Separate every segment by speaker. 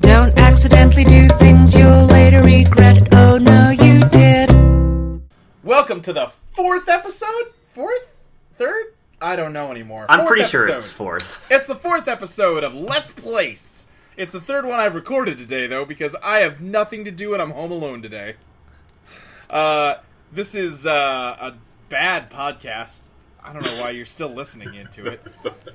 Speaker 1: Don't accidentally do things you'll later regret. Oh no, you did.
Speaker 2: Welcome to the fourth episode? Fourth? Third? I don't know anymore.
Speaker 3: I'm
Speaker 2: Fourth
Speaker 3: pretty sure
Speaker 2: episode.
Speaker 3: it's fourth.
Speaker 2: It's the fourth episode of Let's Place. It's the third one I've recorded today, though, because I have nothing to do and I'm home alone today. Uh, this is uh, a bad podcast. I don't know why you're still listening into it.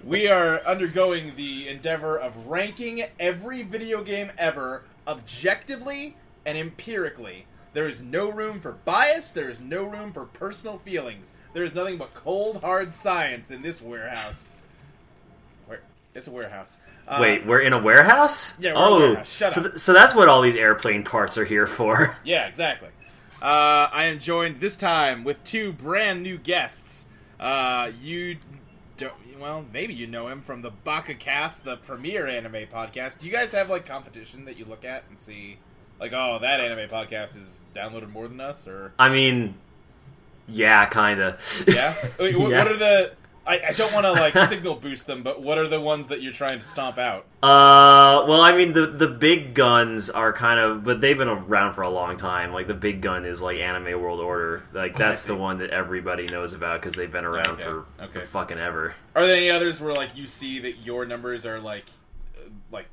Speaker 2: We are undergoing the endeavor of ranking every video game ever objectively and empirically. There is no room for bias, there is no room for personal feelings. There is nothing but cold, hard science in this warehouse. Where, it's a warehouse. Uh,
Speaker 3: Wait, we're in a warehouse?
Speaker 2: Yeah, we're in a
Speaker 3: oh,
Speaker 2: warehouse. Shut
Speaker 3: so,
Speaker 2: up.
Speaker 3: th- so that's what all these airplane parts are here for.
Speaker 2: Yeah, exactly. Uh, I am joined this time with two brand new guests. Uh, you don't, well, maybe you know him from the Baka Cast, the premier anime podcast. Do you guys have like competition that you look at and see, like, oh, that anime podcast is downloaded more than us, or
Speaker 3: I mean, yeah, kinda.
Speaker 2: yeah? Wait, what,
Speaker 3: Yeah.
Speaker 2: what are the? I, I don't want to like signal boost them, but what are the ones that you're trying to stomp out?
Speaker 3: Uh, well, I mean, the the big guns are kind of, but they've been around for a long time. Like the big gun is like Anime World Order. Like that's the one that everybody knows about because they've been around
Speaker 2: Okay,
Speaker 3: for,
Speaker 2: okay.
Speaker 3: for fucking ever.
Speaker 2: Are there any others where like you see that your numbers are like, uh, like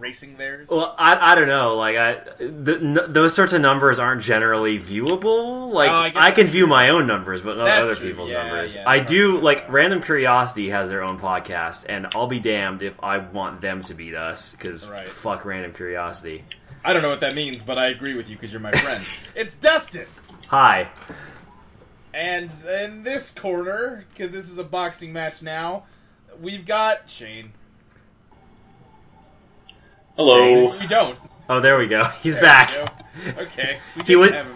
Speaker 2: racing theirs?
Speaker 3: Well, I, I don't know. Like I, th- n- those sorts of numbers aren't generally viewable. Like
Speaker 2: Oh, I guess
Speaker 3: I, can
Speaker 2: that's
Speaker 3: view my own numbers, but not
Speaker 2: That's
Speaker 3: other
Speaker 2: true.
Speaker 3: people's
Speaker 2: Yeah,
Speaker 3: numbers.
Speaker 2: yeah,
Speaker 3: I
Speaker 2: that's
Speaker 3: do.
Speaker 2: right.
Speaker 3: Like Random Curiosity has their own podcast, and I'll be damned if I want them to beat us because
Speaker 2: Right.
Speaker 3: fuck Random Curiosity.
Speaker 2: I don't know what that means, but I agree with you because you're my friend. it's Dustin,
Speaker 3: Hi.
Speaker 2: and in this corner, because this is a boxing match now, we've got Shane.
Speaker 4: Hello.
Speaker 2: We don't.
Speaker 3: Oh, there we go. He's
Speaker 2: There we
Speaker 3: back.
Speaker 2: go. Okay, we
Speaker 3: He
Speaker 2: didn't
Speaker 3: would-
Speaker 2: have him.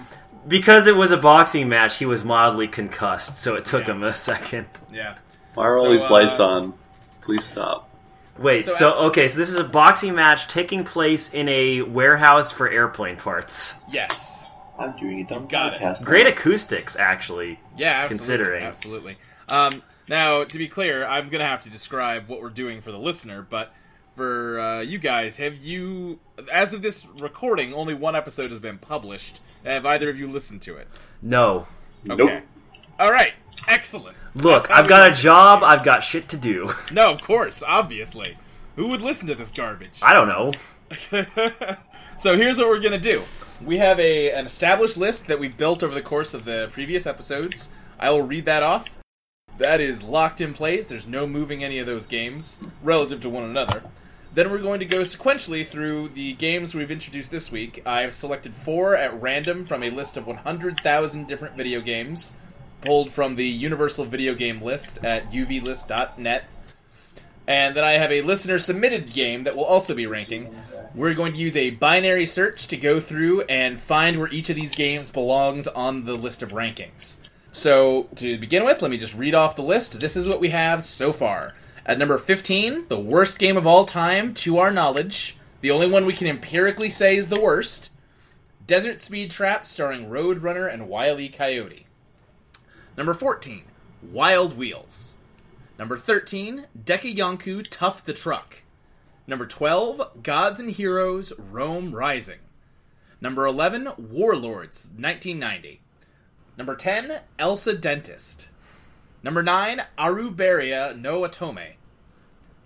Speaker 3: Because it was a boxing match, he was mildly concussed, so it took
Speaker 2: Yeah.
Speaker 3: him a second.
Speaker 2: Yeah.
Speaker 4: Why are all
Speaker 2: So,
Speaker 4: these
Speaker 2: uh,
Speaker 4: lights on? Please stop.
Speaker 3: Wait,
Speaker 2: So
Speaker 3: so,
Speaker 2: I-
Speaker 3: okay, so this is a boxing match taking place in a warehouse for airplane parts.
Speaker 2: Yes.
Speaker 4: I'm doing a dumb
Speaker 2: got it. podcast.
Speaker 3: Great acoustics, actually.
Speaker 2: Yeah. Absolutely.
Speaker 3: Considering.
Speaker 2: Absolutely. Um, now, to be clear, I'm gonna have to describe what we're doing for the listener, but for uh, you guys, have you, as of this recording, only one episode has been published. Have either of you listened to it?
Speaker 3: No.
Speaker 2: Okay. All right. Excellent.
Speaker 3: Look,
Speaker 2: how
Speaker 3: I've
Speaker 2: we
Speaker 3: got
Speaker 2: like
Speaker 3: a
Speaker 2: to
Speaker 3: job, I've got shit to do.
Speaker 2: No, of course, obviously. Who would listen to this garbage?
Speaker 3: I don't know.
Speaker 2: so here's what we're gonna do. We have a an established list that we built over the course of the previous episodes. I will read that off. That is locked in place. There's no moving any of those games relative to one another. Then we're going to go sequentially through the games we've introduced this week. I've selected four at random from a list of 100,000 different video games, pulled from the Universal Video Game List at uvlist.net. And then I have a listener submitted game that will also be ranking. We're going to use a binary search to go through and find where each of these games belongs on the list of rankings. So, to begin with, let me just read off the list. This is what we have so far. At number 15, the worst game of all time, to our knowledge. The only one we can empirically say is the worst Desert Speed Trap, starring Roadrunner and Wile E. Coyote. Number 14, Wild Wheels. Number 13, Deka Yonku Tough the Truck. Number 12, Gods and Heroes Rome Rising. Number 11, Warlords 1990. Number 10, Elsa Dentist. Number 9, Aruberia no Atome.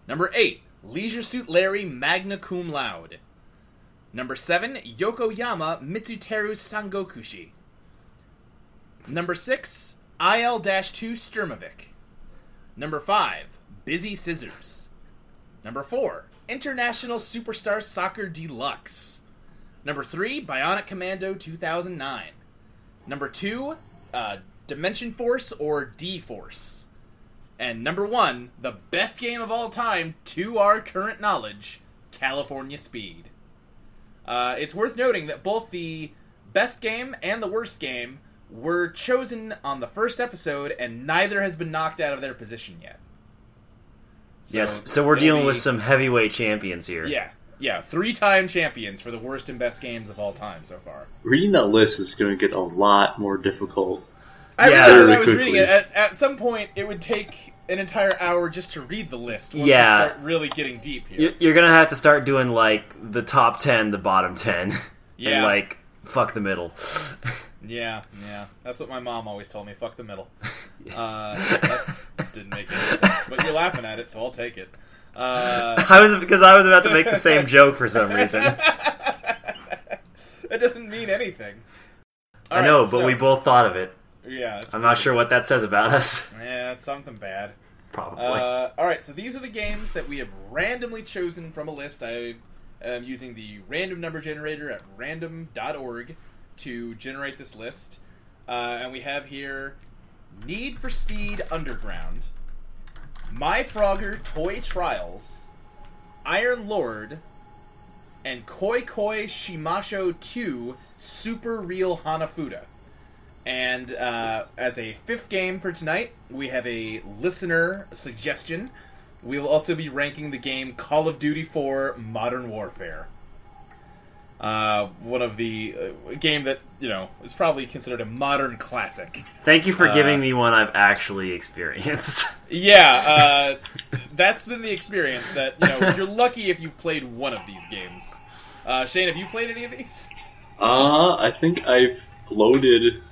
Speaker 2: Number 8, Leisure Suit Larry Magna Cum Laude. Number 7, Yokoyama Mitsuteru Sangokushi. Number 6, IL 2 Sturmovik. Number five, Busy Scissors. Number four, International Superstar Soccer Deluxe. Number three, Bionic Commando 2009. Number two, uh, Dimension Force or D Force. And number one, the best game of all time to our current knowledge, California Speed. Uh, it's worth noting that both the best game and the worst game were chosen on the first episode, and neither has been knocked out of their position yet. So
Speaker 3: yes, so we're
Speaker 2: it'll
Speaker 3: dealing
Speaker 2: be-
Speaker 3: with some heavyweight champions here.
Speaker 2: yeah, yeah, three-time champions for the worst and best games of all time so far.
Speaker 4: Reading that list is going to get a lot more difficult.
Speaker 2: I
Speaker 3: Yeah.
Speaker 2: realized when
Speaker 4: Really
Speaker 2: I was reading
Speaker 4: quickly.
Speaker 2: it. At, at some point, it would take an entire hour just to read the list. Once
Speaker 3: Yeah.
Speaker 2: we start really getting deep here.
Speaker 3: You- You're gonna have to start doing like the top ten, the bottom ten,
Speaker 2: Yeah.
Speaker 3: and like fuck the middle.
Speaker 2: Yeah, yeah. That's what my mom always told me. Fuck the middle. Uh, that didn't make any sense. But you're laughing at it, so I'll take it. Uh,
Speaker 3: I was because I was about to make the same joke for some reason.
Speaker 2: that doesn't mean anything.
Speaker 3: I know,
Speaker 2: Alright,
Speaker 3: but
Speaker 2: so-
Speaker 3: we both thought of it.
Speaker 2: Yeah, it's,
Speaker 3: I'm not sure what that says about us.
Speaker 2: yeah, it's something bad.
Speaker 3: Probably.
Speaker 2: Uh, all right, so these are the games that we have randomly chosen from a list. I am using the random number generator at random.org to generate this list. Uh, and we have here Need for Speed Underground, My Frogger Toy Trials, Iron Lord, and Koi Koi Shimasho 2 Super Real Hanafuda. And uh, as a fifth game for tonight, we have a listener suggestion. We will also be ranking the game Call of Duty 4 Modern Warfare. Uh, one of the uh, a game that you know is probably considered a modern classic.
Speaker 3: Thank you for
Speaker 2: uh,
Speaker 3: giving me one I've actually experienced.
Speaker 2: Yeah, uh, that's been the experience. That you know, you're lucky if you've played one of these games. Uh, Shane, have you played any of these?
Speaker 4: Uh, I think I've loaded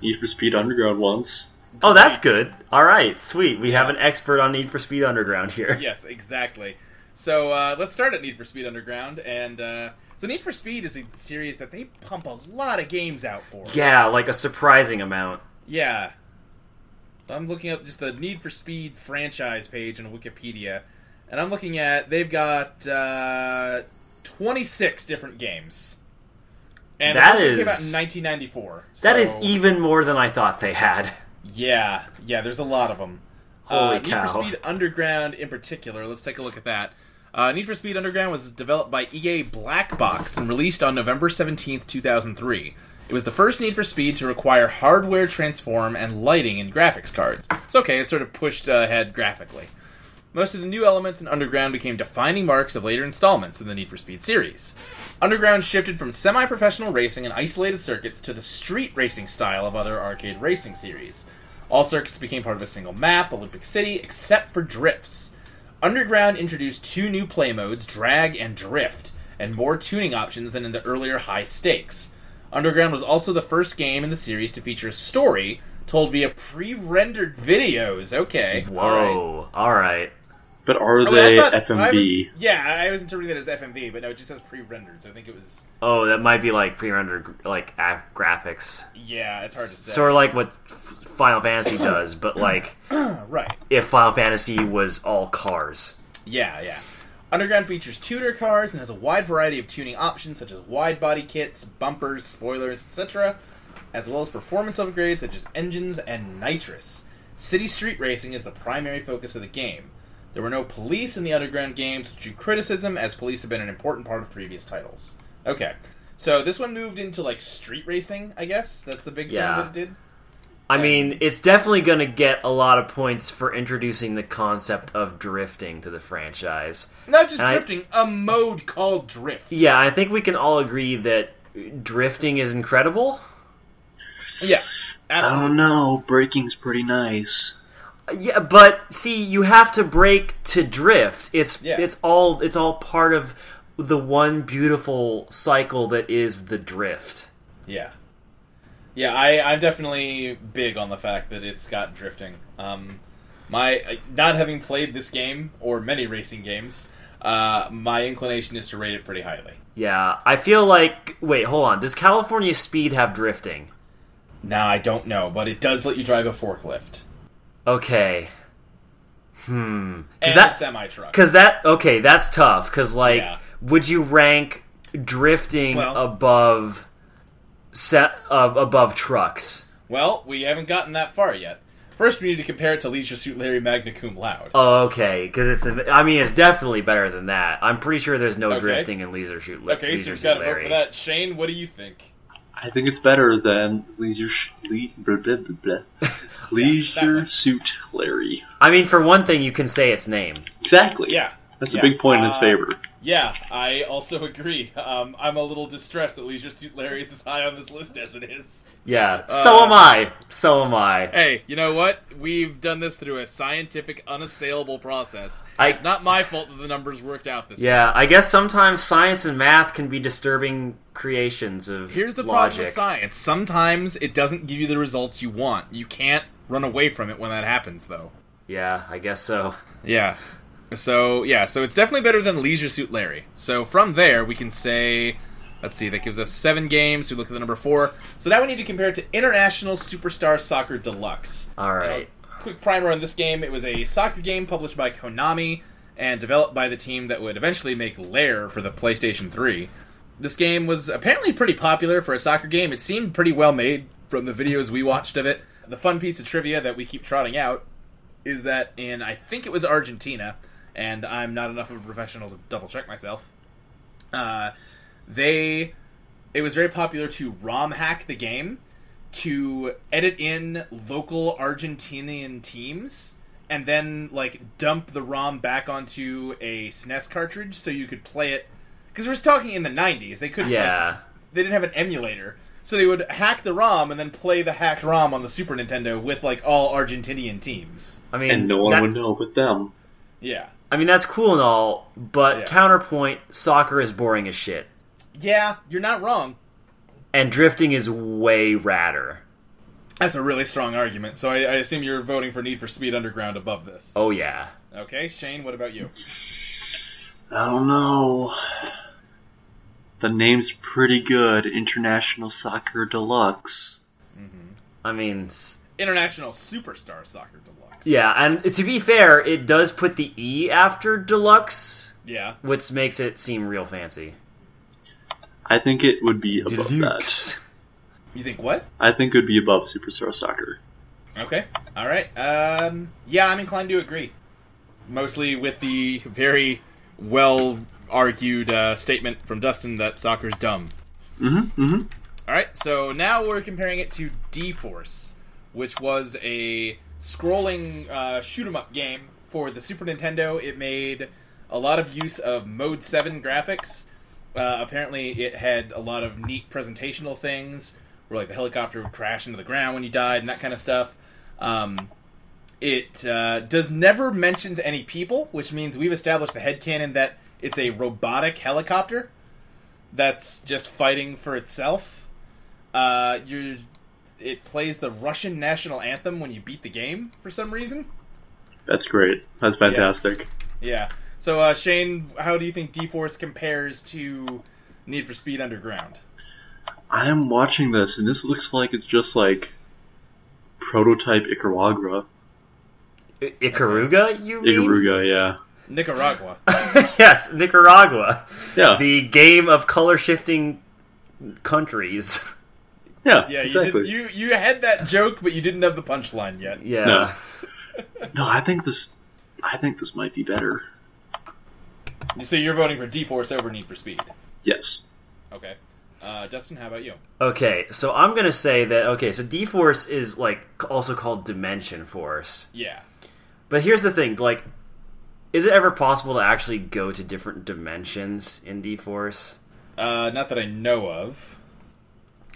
Speaker 4: Need for Speed Underground once.
Speaker 3: oh, that's good. All right, sweet. We have an expert on Need for Speed Underground here.
Speaker 2: Yes, exactly. So uh, let's start at Need for Speed Underground, and uh, so Need for Speed is a series that they pump a lot of games out for.
Speaker 3: Yeah, like a surprising amount.
Speaker 2: Yeah. So I'm looking up just the Need for Speed franchise page on Wikipedia, and I'm looking at they've got uh, 26 different games. And
Speaker 3: That
Speaker 2: the first one
Speaker 3: is-
Speaker 2: came out in 1994.
Speaker 3: That is
Speaker 2: so-
Speaker 3: even more than I thought they had.
Speaker 2: yeah, yeah. There's a lot of them.
Speaker 3: Holy
Speaker 2: uh, Need
Speaker 3: cow.
Speaker 2: for Speed Underground, in particular. Let's take a look at that. Uh, Need for Speed Underground was developed by EA Black Box and released on November 17th, 2003. It was the first Need for Speed to require hardware transform and lighting in graphics cards. It's okay, it's sort of pushed uh, ahead graphically. Most of the new elements in Underground became defining marks of later installments in the Need for Speed series. Underground shifted from semi professional racing and isolated circuits to the street racing style of other arcade racing series. All circuits became part of a single map, Olympic City, except for drifts. Underground introduced two new play modes, drag and drift, and more tuning options than in the earlier high stakes. Underground was also the first game in the series to feature a story told via pre rendered videos. Okay. Alright.
Speaker 3: Whoa. All right.
Speaker 4: But are
Speaker 2: Oh,
Speaker 4: they
Speaker 2: wait, I thought- I
Speaker 4: FMV?
Speaker 2: was- yeah, I was interpreting that as FMV, but no, it just says pre-rendered. So I think it was.
Speaker 3: Oh, that might be like pre-rendered like a- graphics,
Speaker 2: Yeah, it's hard to say.
Speaker 3: sort of like what F- Final Fantasy does, but like
Speaker 2: Uh, right.
Speaker 3: if Final Fantasy was all cars.
Speaker 2: Yeah, yeah. Underground features tutor cars and has a wide variety of tuning options such as wide body kits, bumpers, spoilers, etc., as well as performance upgrades such as engines and nitrous. City street racing is the primary focus of the game. There were no police in the Underground games, which drew criticism as police have been an important part of previous titles. Okay. So this one moved into like street racing, I guess. That's the big
Speaker 3: Yeah.
Speaker 2: thing that it did.
Speaker 3: I mean, it's definitely going to get a lot of points for introducing the concept of drifting to the franchise.
Speaker 2: Not just
Speaker 3: And I-
Speaker 2: drifting, a mode called drift.
Speaker 3: Yeah, I think we can all agree that drifting is incredible.
Speaker 2: Yeah.
Speaker 4: I
Speaker 2: Absolutely.
Speaker 4: don't know. Braking's pretty nice.
Speaker 3: Yeah, but see, you have to break to drift. It's
Speaker 2: Yeah.
Speaker 3: it's all it's all part of the one beautiful cycle that is the drift.
Speaker 2: Yeah. Yeah, I, I'm definitely big on the fact that it's got drifting. Um, my uh, not having played this game or many racing games, uh, my inclination is to rate it pretty highly.
Speaker 3: Yeah, I feel like wait, hold on. Does California Speed have drifting?
Speaker 2: Now I don't know, but it does let you drive a forklift
Speaker 3: Okay. Hmm. Cuz
Speaker 2: and a
Speaker 3: that
Speaker 2: semi truck.
Speaker 3: cuz that okay, that's tough cuz like
Speaker 2: Yeah.
Speaker 3: would you rank drifting
Speaker 2: Well-
Speaker 3: above set of above trucks?
Speaker 2: Well, we haven't gotten that far yet. First, we need to compare it to Leisure Suit Larry Magna Cum Laude.
Speaker 3: Oh, okay, because it's. the- I mean, it's definitely better than that. I'm pretty sure there's no
Speaker 2: Okay.
Speaker 3: drifting in Leisure Shoot. Li-
Speaker 2: okay, so
Speaker 3: Leisure
Speaker 2: you've
Speaker 3: Suit
Speaker 2: got to vote
Speaker 3: Larry.
Speaker 2: for that. Shane, what do you think?
Speaker 4: I think it's better than Leisure Sh- Le- blah, blah, blah, blah. Leisure
Speaker 2: one.
Speaker 4: Suit Larry.
Speaker 3: I mean, for one thing, you can say its name.
Speaker 4: Exactly.
Speaker 2: Yeah,
Speaker 4: That's
Speaker 2: Yeah.
Speaker 4: a big point in his
Speaker 2: Uh,
Speaker 4: favor.
Speaker 2: Yeah, I also agree. Um, I'm a little distressed that Leisure Suit Larry is as high on this list as it is.
Speaker 3: Yeah.
Speaker 2: Uh,
Speaker 3: so am I. So am I.
Speaker 2: Hey, you know what? We've done this through a scientific, unassailable process.
Speaker 3: I-
Speaker 2: it's not my fault that the numbers worked out this way.
Speaker 3: Yeah. I guess sometimes science and math can be disturbing creations of
Speaker 2: Here's the problem
Speaker 3: logic.
Speaker 2: with science. Sometimes it doesn't give you the results you want. You can't run away from it when that happens, though.
Speaker 3: Yeah. I guess so.
Speaker 2: Yeah. So, yeah, so it's definitely better than Leisure Suit Larry. So from there, we can say, let's see, that gives us seven games. We look at the number four. So now we need to compare it to International Superstar Soccer Deluxe.
Speaker 3: All right.
Speaker 2: Now, quick primer on this game. It was a soccer game published by Konami and developed by the team that would eventually make Lair for the PlayStation 3. This game was apparently pretty popular for a soccer game. It seemed pretty well made from the videos we watched of it. The fun piece of trivia that we keep trotting out is that in, I think it was Argentina, and I'm not enough of a professional to double check myself. Uh, they, it was very popular to ROM hack the game to edit in local Argentinian teams and then like dump the ROM back onto a SNES cartridge so you could play it because we're just talking in the 90s they couldn't like,
Speaker 3: Yeah.
Speaker 2: they didn't have an emulator so they would hack the ROM and then play the hacked ROM on the Super Nintendo with like all Argentinian teams
Speaker 3: I mean,
Speaker 4: And no one
Speaker 3: that-
Speaker 4: would know but them.
Speaker 2: yeah
Speaker 3: I mean, that's cool and all, but
Speaker 2: Yeah.
Speaker 3: counterpoint: soccer is boring as shit,
Speaker 2: yeah you're not wrong
Speaker 3: and drifting is way radder.
Speaker 2: that's a really strong argument so I, I assume you're voting for Need for Speed Underground above this
Speaker 3: Oh yeah.
Speaker 2: okay Shane what about you
Speaker 4: I don't know. The name's pretty good. International Soccer Deluxe.
Speaker 3: I mean, s-
Speaker 2: International Superstar Soccer Deluxe
Speaker 3: yeah. And to be fair, it does put the e after deluxe,
Speaker 2: yeah
Speaker 3: which makes it seem real fancy.
Speaker 4: I think it would be above that.
Speaker 2: you think what
Speaker 4: I think it would be above Superstar Soccer.
Speaker 2: Okay. All right. Um, yeah, I'm inclined to agree. Mostly with the very well argued uh, statement from Dustin that soccer's dumb.
Speaker 4: Mm-hmm. Mm-hmm.
Speaker 2: All right. So now we're comparing it to D Force, which was a scrolling uh, shoot 'em up game for the Super Nintendo. It made a lot of use of Mode Seven graphics. Uh, apparently, it had a lot of neat presentational things, where like the helicopter would crash into the ground when you died and that kind of stuff. Um, it uh, does never mentions any people, which means we've established the headcanon that it's a robotic helicopter that's just fighting for itself. Uh, you it plays the Russian national anthem when you beat the game for some reason.
Speaker 4: That's great. That's fantastic.
Speaker 2: Yeah. So uh, Shane, how do you think D Force compares to Need for Speed Underground?
Speaker 4: I am watching this, and this looks like it's just like prototype Icaragra.
Speaker 3: I- Ikaruga, you mean?
Speaker 4: Ikaruga, yeah,
Speaker 2: Nicaragua.
Speaker 3: yes, Nicaragua,
Speaker 4: yeah,
Speaker 3: the game of color shifting countries.
Speaker 4: yeah,
Speaker 2: Yeah,
Speaker 4: exactly.
Speaker 2: you, did, you you had that joke, but you didn't have the punchline yet.
Speaker 3: Yeah.
Speaker 4: No. No, I think this, I think this might be better.
Speaker 2: So you're voting for D Force over Need for Speed.
Speaker 4: Yes,
Speaker 2: Okay. Uh, Dustin, how about you?
Speaker 3: Okay, so I'm gonna say that. Okay, so D Force is like c- also called Dimension Force.
Speaker 2: Yeah.
Speaker 3: But here's the thing: like, is it ever possible to actually go to different dimensions in D Force?
Speaker 2: Uh, not that I know of.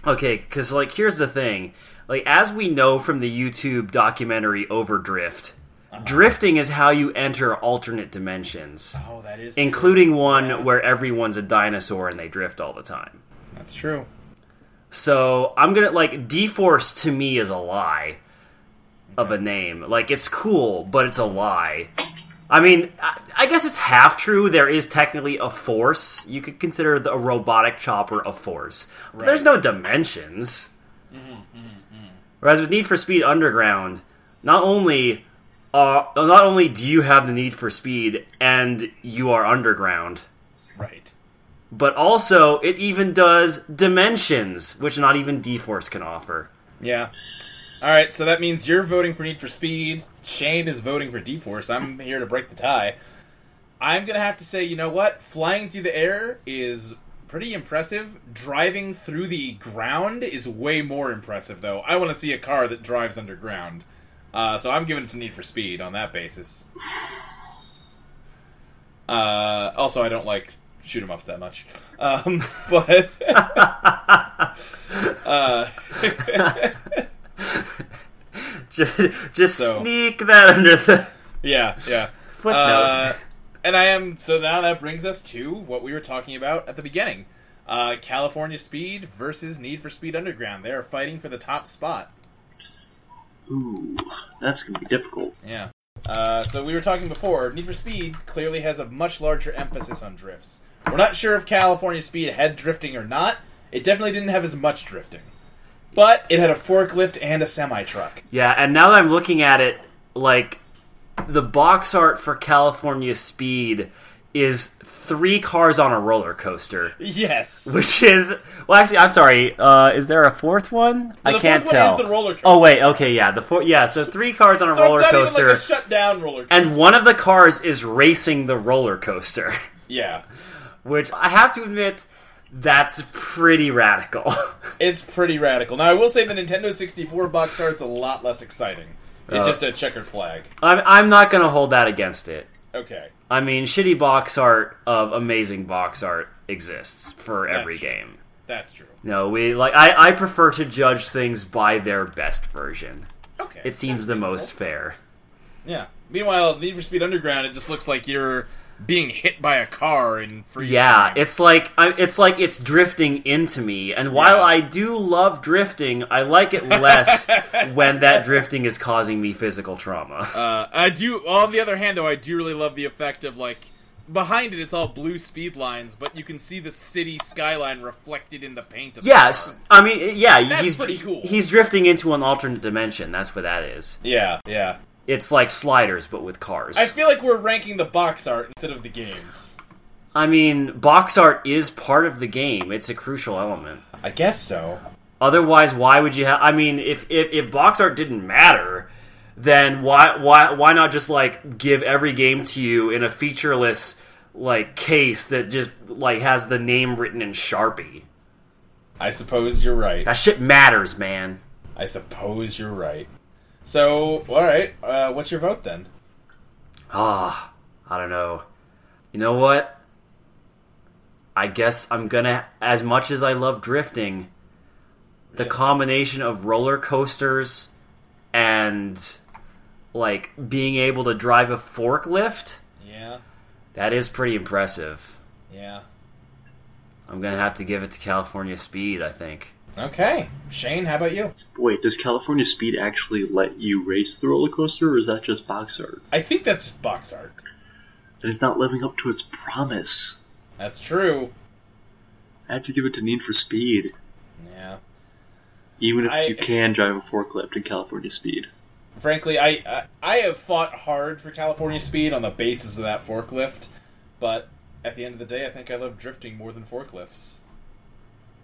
Speaker 3: Okay, because like here's the thing: like as we know from the YouTube documentary Overdrift, drifting is how you enter alternate dimensions,
Speaker 2: Oh, that is
Speaker 3: including one where everyone's a dinosaur and they drift all the time.
Speaker 2: That's true.
Speaker 3: So I'm gonna like D Force to me is a lie of a name. Like it's cool, but it's a lie. I mean, I, I guess it's half true. There is technically a force. You could consider the a robotic chopper a force. But there's no dimensions. Whereas with Need for Speed Underground, not only are not only do you have the need for speed and you are underground,
Speaker 2: Right.
Speaker 3: but also it even does dimensions, which not even D-Force can offer.
Speaker 2: Yeah. All right, so that means you're voting for Need for Speed. Shane is voting for D-Force. I'm here to break the tie. I'm going to have to say, you know what? Flying through the air is pretty impressive. Driving through the ground is way more impressive, though. I want to see a car that drives underground. Uh, so I'm giving it to Need for Speed on that basis. Uh, also, I don't like shoot 'em ups that much. Um, but uh,
Speaker 3: Just, just
Speaker 2: So-
Speaker 3: sneak that under the
Speaker 2: yeah, yeah.
Speaker 3: footnote.
Speaker 2: Uh, and I am so now that brings us to what we were talking about at the beginning. Uh, California Speed versus Need for Speed Underground. They are fighting for the top spot.
Speaker 4: Ooh, that's gonna be difficult.
Speaker 2: Yeah. Uh, so we were talking before. Need for Speed clearly has a much larger emphasis on drifts. We're not sure if California Speed had drifting or not. It definitely didn't have as much drifting, but it had a forklift and a semi truck.
Speaker 3: yeah, and now that I'm looking at it, like the box art for California Speed is three cars on a roller coaster,
Speaker 2: Yes.
Speaker 3: which is well, actually, I'm sorry. Uh, is there a fourth one? I
Speaker 2: the
Speaker 3: can't
Speaker 2: fourth one
Speaker 3: tell.
Speaker 2: is the roller coaster.
Speaker 3: Oh wait, okay, yeah, the four, yeah, so three cars on a
Speaker 2: so
Speaker 3: roller
Speaker 2: it's not
Speaker 3: coaster,
Speaker 2: even like a shut down roller coaster.
Speaker 3: and one of the cars is racing the roller coaster,
Speaker 2: yeah,
Speaker 3: which I have to admit, that's pretty radical.
Speaker 2: it's pretty radical. Now I will say the Nintendo 64 box art's a lot less exciting. It's
Speaker 3: Uh.
Speaker 2: just a checkered flag.
Speaker 3: I'm, I'm not gonna hold that against it.
Speaker 2: Okay.
Speaker 3: I mean, shitty box art of amazing box art exists for every
Speaker 2: true.
Speaker 3: game.
Speaker 2: That's true.
Speaker 3: No, we like I, I prefer to judge things by their best version.
Speaker 2: Okay.
Speaker 3: It seems the most fair.
Speaker 2: Yeah. Meanwhile, Need for Speed Underground, it just looks like you're being hit by a car and freezing.
Speaker 3: Yeah, it's like I, it's like it's drifting into me. And while
Speaker 2: Yeah.
Speaker 3: I do love drifting, I like it less when that drifting is causing me physical trauma.
Speaker 2: Uh, I do. On the other hand, though, I do really love the effect of like behind it. It's all blue speed lines, but you can see the city skyline reflected in the paint. Of the car.
Speaker 3: yes, I mean yeah,
Speaker 2: That's
Speaker 3: he's
Speaker 2: pretty cool.
Speaker 3: he's drifting into an alternate dimension. That's what that is.
Speaker 2: Yeah. Yeah.
Speaker 3: It's like sliders but with cars.
Speaker 2: I feel like we're ranking the box art instead of the games.
Speaker 3: I mean, box art is part of the game. It's a crucial element.
Speaker 2: I guess so.
Speaker 3: Otherwise, why would you have? I mean, if, if if box art didn't matter, then why why why not just like give every game to you in a featureless like case that just like has the name written in Sharpie?
Speaker 2: I suppose you're right.
Speaker 3: That shit matters, man.
Speaker 2: I suppose you're right. So, all right. Uh, what's your vote then?
Speaker 3: Ah, I don't know. You know what? I guess I'm gonna. As much as I love drifting, the combination of roller coasters and like being able to drive a forklift
Speaker 2: Yeah.
Speaker 3: that is pretty impressive.
Speaker 2: Yeah.
Speaker 3: I'm gonna have to give it to California Speed. I think.
Speaker 2: Okay. Shane, how about you?
Speaker 4: Wait, does California Speed actually let you race the roller coaster, or is that just box art?
Speaker 2: I think that's box art.
Speaker 4: And it's not living up to its promise.
Speaker 2: That's true.
Speaker 4: I have to give it to Need for Speed,
Speaker 2: Yeah.
Speaker 4: even if
Speaker 2: I-
Speaker 4: you can drive a forklift in California Speed.
Speaker 2: Frankly, I, I I have fought hard for California Speed on the basis of that forklift, but at the end of the day, I think I love drifting more than forklifts.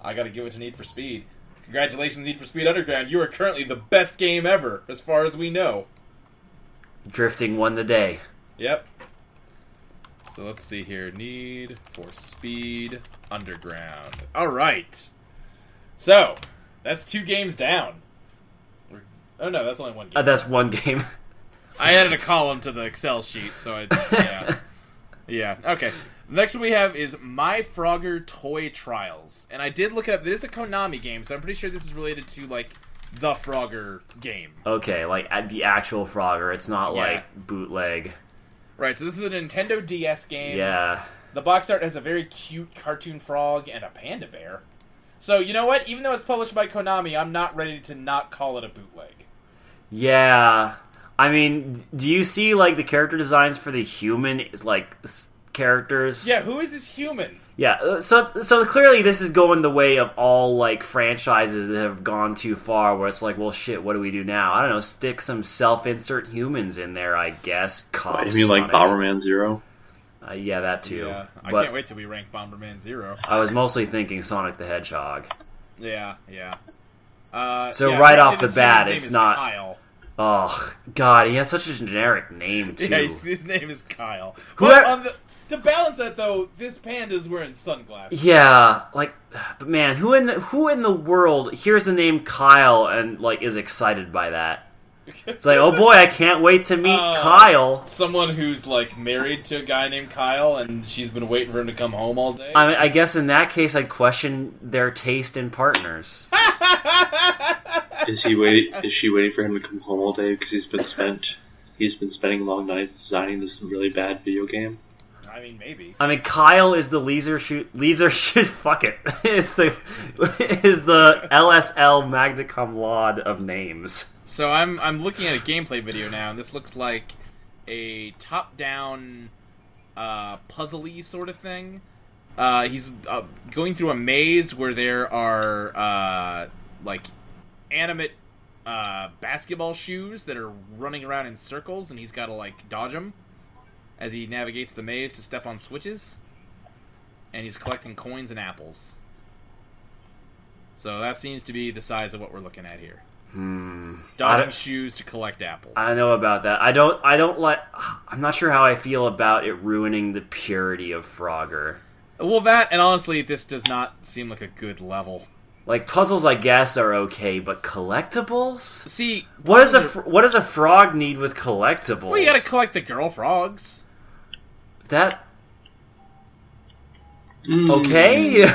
Speaker 2: I got to give it to Need for Speed. Congratulations, Need for Speed Underground. You are currently the best game ever, as far as we know.
Speaker 3: Drifting won the day.
Speaker 2: Yep. So let's see here. Need for Speed Underground. All right. So that's two games down. We're- Oh no, that's only one
Speaker 3: Uh,
Speaker 2: game.
Speaker 3: that's one game.
Speaker 2: I added a column to the Excel sheet, so I yeah, yeah. Okay. Next one we have is My Frogger Toy Trials, and I did look it up. This is a Konami game, so I'm pretty sure this is related to like the Frogger game.
Speaker 3: okay, like at the actual Frogger. It's not
Speaker 2: Yeah.
Speaker 3: like bootleg.
Speaker 2: Right. So this is a Nintendo DS game.
Speaker 3: Yeah.
Speaker 2: The box art has a very cute cartoon frog and a panda bear. So you know what? Even though it's published by Konami, I'm not ready to not call it a bootleg.
Speaker 3: Yeah. I mean, do you see like the character designs for the human like s- characters?
Speaker 2: Yeah, who is this human?
Speaker 3: Yeah. uh, So so clearly this is going the way of all like franchises that have gone too far where it's like, well shit, what do we do now? I don't know, stick some self-insert humans in there, I guess. Cough,
Speaker 4: I mean, like
Speaker 3: Oh, Sonic.
Speaker 4: Bomberman Zero.
Speaker 3: Uh, yeah, that too.
Speaker 2: Yeah, I
Speaker 3: but
Speaker 2: can't wait till we rank Bomberman Zero.
Speaker 3: I was mostly thinking Sonic the Hedgehog.
Speaker 2: Yeah, yeah. Uh,
Speaker 3: So
Speaker 2: yeah,
Speaker 3: right
Speaker 2: the-
Speaker 3: off
Speaker 2: and
Speaker 3: the
Speaker 2: his
Speaker 3: bat,
Speaker 2: name
Speaker 3: it's
Speaker 2: is
Speaker 3: not-
Speaker 2: Kyle.
Speaker 3: Oh god, he has such a generic name too.
Speaker 2: Yeah, his, his name is Kyle.
Speaker 3: Who
Speaker 2: But
Speaker 3: are-
Speaker 2: on the, to balance that though, this panda's wearing sunglasses.
Speaker 3: Yeah, like, but man, who in the, who in the world hears the name Kyle and like is excited by that? It's like, oh boy, I can't wait to meet
Speaker 2: Uh,
Speaker 3: Kyle.
Speaker 2: Someone who's like married to a guy named Kyle, and she's been waiting for him to come home all day.
Speaker 3: I, mean, I guess in that case, I'd question their taste in partners.
Speaker 4: Is he wait? Is she waiting for him to come home all day because he's been spent? He's been spending long nights designing this really bad video game.
Speaker 2: I mean, maybe.
Speaker 3: I mean, Kyle is the laser shoot, laser shoot. Fuck it, is the is the LSL magna cum laude of names.
Speaker 2: So I'm I'm looking at a gameplay video now, and this looks like a top-down uh, puzzly sort of thing. Uh, he's uh, going through a maze where there are uh, like animate uh, basketball shoes that are running around in circles, and he's got to like dodge them as he navigates the maze to step on switches. And he's collecting coins and apples. So that seems to be the size of what we're looking at here
Speaker 3: Hmm. I
Speaker 2: dodging
Speaker 3: don't-
Speaker 2: shoes to collect apples.
Speaker 3: I know about that. I don't. I don't like. I'm not sure how I feel about it ruining the purity of Frogger.
Speaker 2: Well, that and honestly, this does not seem like a good level.
Speaker 3: Like puzzles, I guess, are okay, but collectibles.
Speaker 2: See,
Speaker 3: What does a fr- what does a frog need with collectibles?
Speaker 2: well, you gotta collect the girl frogs.
Speaker 3: that Hmm.
Speaker 4: Mm.
Speaker 3: okay?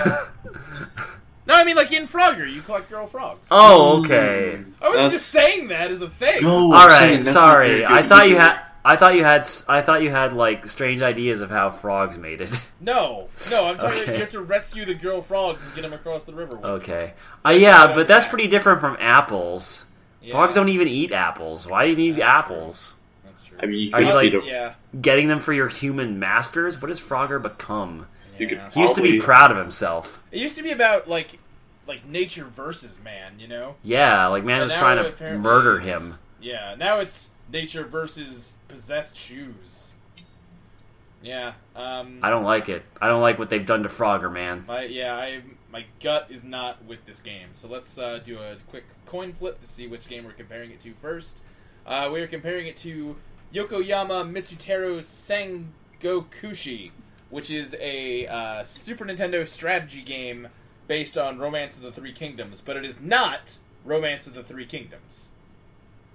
Speaker 2: No, I mean like in Frogger, you collect girl frogs.
Speaker 3: oh, okay.
Speaker 2: I was
Speaker 4: That's-
Speaker 2: just saying that as a thing.
Speaker 4: No,
Speaker 3: All
Speaker 4: I'm
Speaker 3: right,
Speaker 4: saying Mm. that's not very
Speaker 3: sorry.
Speaker 4: good
Speaker 3: I thought you
Speaker 4: either.
Speaker 3: had. I thought you had. I thought you had like strange ideas of how frogs made it.
Speaker 2: No, no, I'm trying to.
Speaker 3: Okay.
Speaker 2: You have to rescue the girl frogs and get them across the river. with you.
Speaker 3: Okay. Uh, yeah, but that's pretty different from apples.
Speaker 2: Yeah,
Speaker 3: Frogs don't even eat apples. Why do you need
Speaker 2: That's
Speaker 3: apples?
Speaker 2: That's true.
Speaker 4: I mean, you
Speaker 3: Are
Speaker 4: could
Speaker 3: you,
Speaker 4: feed
Speaker 3: like-
Speaker 4: a,
Speaker 2: yeah,
Speaker 3: Getting them for your human masters. What does Frogger become?
Speaker 4: you could
Speaker 2: yeah.
Speaker 3: He used to be
Speaker 4: probably-
Speaker 3: proud of himself.
Speaker 2: It used to be about like, like nature versus man. You know,
Speaker 3: Yeah, like man
Speaker 2: But
Speaker 3: was
Speaker 2: now
Speaker 3: trying to
Speaker 2: apparently
Speaker 3: murder
Speaker 2: it's-
Speaker 3: him.
Speaker 2: Yeah, now it's nature versus possessed shoes. Yeah. Um.
Speaker 3: I don't like it. I don't like what they've done to Frogger, man.
Speaker 2: My yeah, I my gut is not with this game. So let's uh, do a quick coin flip to see which game we're comparing it to first. Uh, we are comparing it to Yokoyama Mitsutaro Sengokushi, which is a uh, Super Nintendo strategy game based on Romance of the Three Kingdoms, but it is not Romance of the Three Kingdoms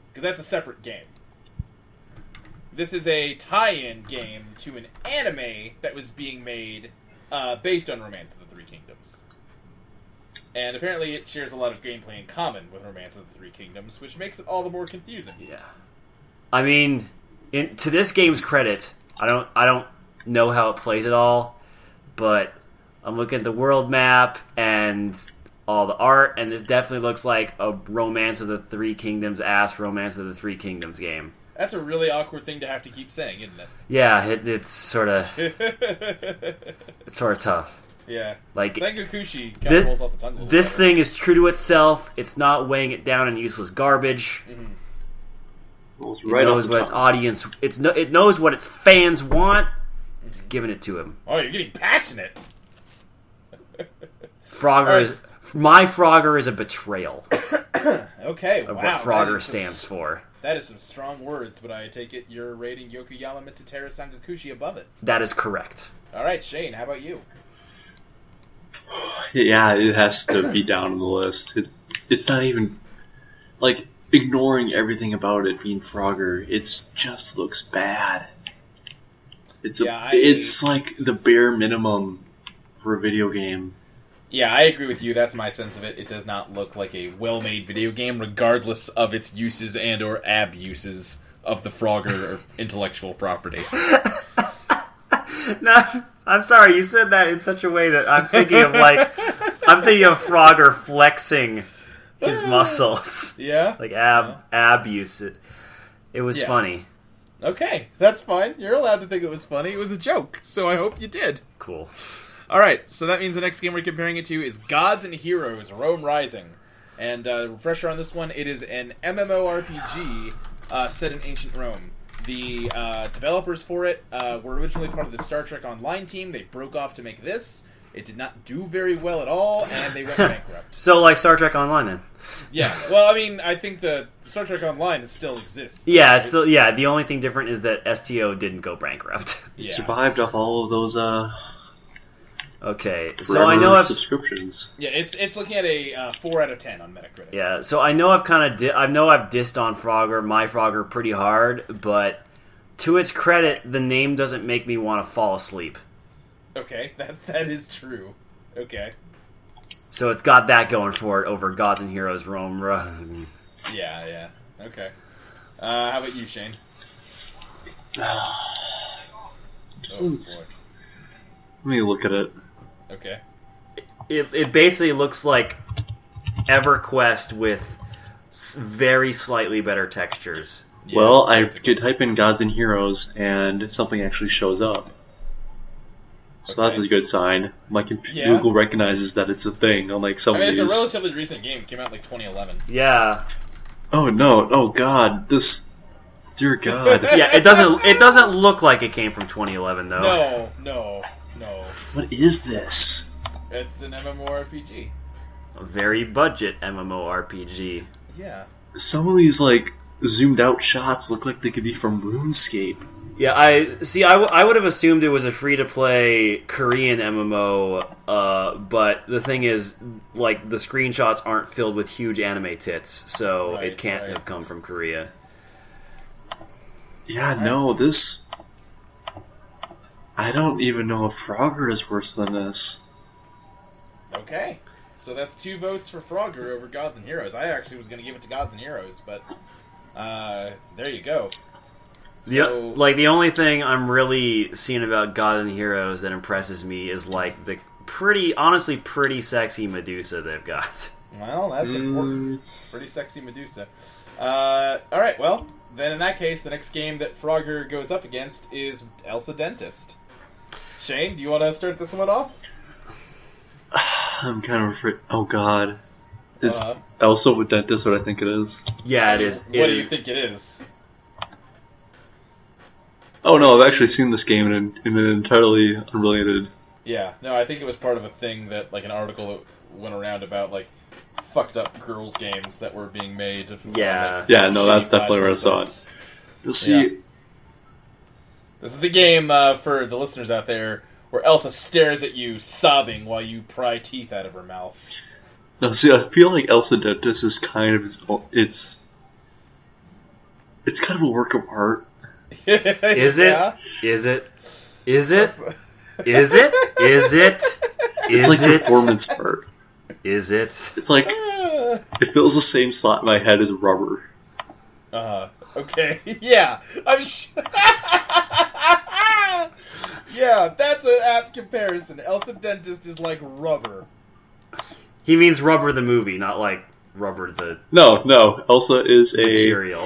Speaker 2: because that's a separate game. This is a tie-in game to an anime that was being made uh, based on Romance of the Three Kingdoms. And apparently, it shares a lot of gameplay in common with Romance of the Three Kingdoms, which makes it all the more confusing.
Speaker 3: Yeah. I mean, in, to this game's credit, I don't I don't know how it plays at all, but I'm looking at the world map and all the art, and this definitely looks like a Romance of the Three Kingdoms ass Romance of the Three Kingdoms game.
Speaker 2: That's a really awkward thing to have to keep saying, isn't
Speaker 3: Yeah, it, it's sort of
Speaker 2: it?
Speaker 3: it's sort of tough.
Speaker 2: yeah.
Speaker 3: Like
Speaker 2: Sengokushi kind
Speaker 3: Thi-
Speaker 2: of rolls off the tongue a little
Speaker 3: this
Speaker 2: better.
Speaker 3: thing is true to itself. It's not weighing it down in useless garbage.
Speaker 4: Well, it's
Speaker 3: It
Speaker 4: right
Speaker 3: knows
Speaker 4: off the
Speaker 3: what its
Speaker 4: top.
Speaker 3: audience it's no, it knows what its fans want. It's giving it to them.
Speaker 2: Oh, you're getting passionate!
Speaker 3: Frogger is my Frogger is a betrayal
Speaker 2: Okay,
Speaker 3: of
Speaker 2: wow.
Speaker 3: what Frogger
Speaker 2: that is some-
Speaker 3: stands for.
Speaker 2: That is some strong words, but I take it you're rating Yokoyama Mitsutera Sangokushi above it.
Speaker 3: That is correct.
Speaker 2: All right, Shane, how about you?
Speaker 4: Yeah, it has to be down on the list. It's it's not even like ignoring everything about it being Frogger. It's just looks bad. It's a,
Speaker 2: Yeah, I-
Speaker 4: it's like the bare minimum for a video game.
Speaker 2: Yeah, I agree with you. That's my sense of it. It does not look like a well-made video game, regardless of its uses and or abuses of the Frogger or intellectual property.
Speaker 3: No, I'm sorry. You said that in such a way that I'm thinking of like I'm thinking of Frogger flexing his muscles,
Speaker 2: Yeah.
Speaker 3: like ab abuse. It, it was
Speaker 2: Yeah.
Speaker 3: funny.
Speaker 2: Okay, that's fine. You're allowed to think it was funny. It was a joke, so I hope you did.
Speaker 3: Cool.
Speaker 2: All right, so that means the next game we're comparing it to is Gods and Heroes: Rome Rising, and uh, refresher on this one, it is an MMORPG uh, set in ancient Rome. The uh, developers for it uh, were originally part of the Star Trek Online team. They broke off to make this. It did not do very well at all, and they went bankrupt.
Speaker 3: So like Star Trek Online then.
Speaker 2: Yeah, well, I mean, I think the Star Trek Online still exists.
Speaker 3: Yeah, it's still yeah. The only thing different is that STO didn't go bankrupt.
Speaker 4: It survived off all of those uh
Speaker 3: Okay, so
Speaker 4: Forever
Speaker 3: I know I've
Speaker 4: subscriptions.
Speaker 2: Yeah, it's it's looking at a uh, four out of ten on Metacritic.
Speaker 3: yeah, so I know I've kind of di- I know I've dissed on Frogger, my Frogger, pretty hard, but to its credit, the name doesn't make me want to fall asleep.
Speaker 2: Okay, that that is true. Okay.
Speaker 3: So it's got that going for it over Gods and Heroes Rome. Run.
Speaker 2: Yeah, yeah. Okay. Uh, how about you, Shane? Oh boy.
Speaker 4: Let me look at it.
Speaker 2: Okay.
Speaker 3: It, it basically looks like EverQuest with s- very slightly better textures.
Speaker 2: Yeah,
Speaker 4: well, I
Speaker 2: that's a
Speaker 4: could
Speaker 2: good-
Speaker 4: type in gods and heroes, and something actually shows up. So that's
Speaker 2: Okay.
Speaker 4: a good sign. My comp-
Speaker 2: Yeah.
Speaker 4: Google recognizes that it's a thing, unlike some
Speaker 2: I mean,
Speaker 4: of
Speaker 2: it's a
Speaker 4: these.
Speaker 2: relatively recent game. It came out in, like 2011.
Speaker 3: Yeah,
Speaker 4: oh no! Oh god! This, dear god,
Speaker 3: yeah. It doesn't it doesn't look like it came from 2011 though.
Speaker 4: Oh.
Speaker 2: No, no, no.
Speaker 4: what is this?
Speaker 2: It's an MMORPG.
Speaker 3: A very budget MMORPG.
Speaker 2: Yeah.
Speaker 4: Some of these like zoomed out shots look like they could be from RuneScape.
Speaker 3: Yeah, I see. I, w- I would have assumed it was a free to play Korean MMO, uh, but the thing is, like the screenshots aren't filled with huge anime tits, so
Speaker 2: Right,
Speaker 3: it can't
Speaker 2: right.
Speaker 3: have come from Korea.
Speaker 4: Yeah, no, this. I don't even know if Frogger is worse than this.
Speaker 2: Okay. So that's two votes for Frogger over Gods and Heroes. I actually was going to give it to Gods and Heroes, but uh, there you go.
Speaker 3: The-
Speaker 2: So-
Speaker 3: like the only thing I'm really seeing about God and Heroes that impresses me is like the pretty, honestly, pretty sexy Medusa they've got.
Speaker 2: Well, that's important.
Speaker 4: Mm,
Speaker 2: Pretty sexy Medusa. Uh, all right, well, then in that case, the next game that Frogger goes up against is Elsa Dentist. Shane, do you want to start this one off?
Speaker 4: I'm kind of afraid. Oh god, is
Speaker 2: Uh,
Speaker 4: Elsa with Dentist what I think it is?
Speaker 3: Yeah, it is.
Speaker 2: What
Speaker 3: It
Speaker 2: do you
Speaker 3: is
Speaker 2: think it is?
Speaker 4: Oh no, I've actually seen this game in, an- in an entirely unrelated.
Speaker 2: Yeah, no, I think it was part of a thing that, like, an article that went around about, like, fucked up girls games that were being made. uh, of-
Speaker 3: Yeah.
Speaker 4: Yeah, no, that's
Speaker 2: shitty
Speaker 4: definitely where I
Speaker 2: flashbacks.
Speaker 4: saw it. You'll see,
Speaker 2: This is the game uh, for the listeners out there where Elsa stares at you, sobbing while you pry teeth out of her mouth.
Speaker 4: now see, I feel like Elsa Dentist is kind of its own- it's it's kind of a work of art.
Speaker 2: is
Speaker 3: Is it? Is it? Is it? Is it? Is it? Is
Speaker 4: It's like
Speaker 3: it?
Speaker 4: performance art.
Speaker 3: Is it?
Speaker 4: It's like
Speaker 2: it?
Speaker 4: it fills the same slot in my head as rubber.
Speaker 2: Uh, okay. Yeah. I'm sh- Yeah, that's an apt comparison. Elsa Dentist is like rubber.
Speaker 3: He means rubber the movie, not like rubber the
Speaker 4: No, no, Elsa is a
Speaker 3: material.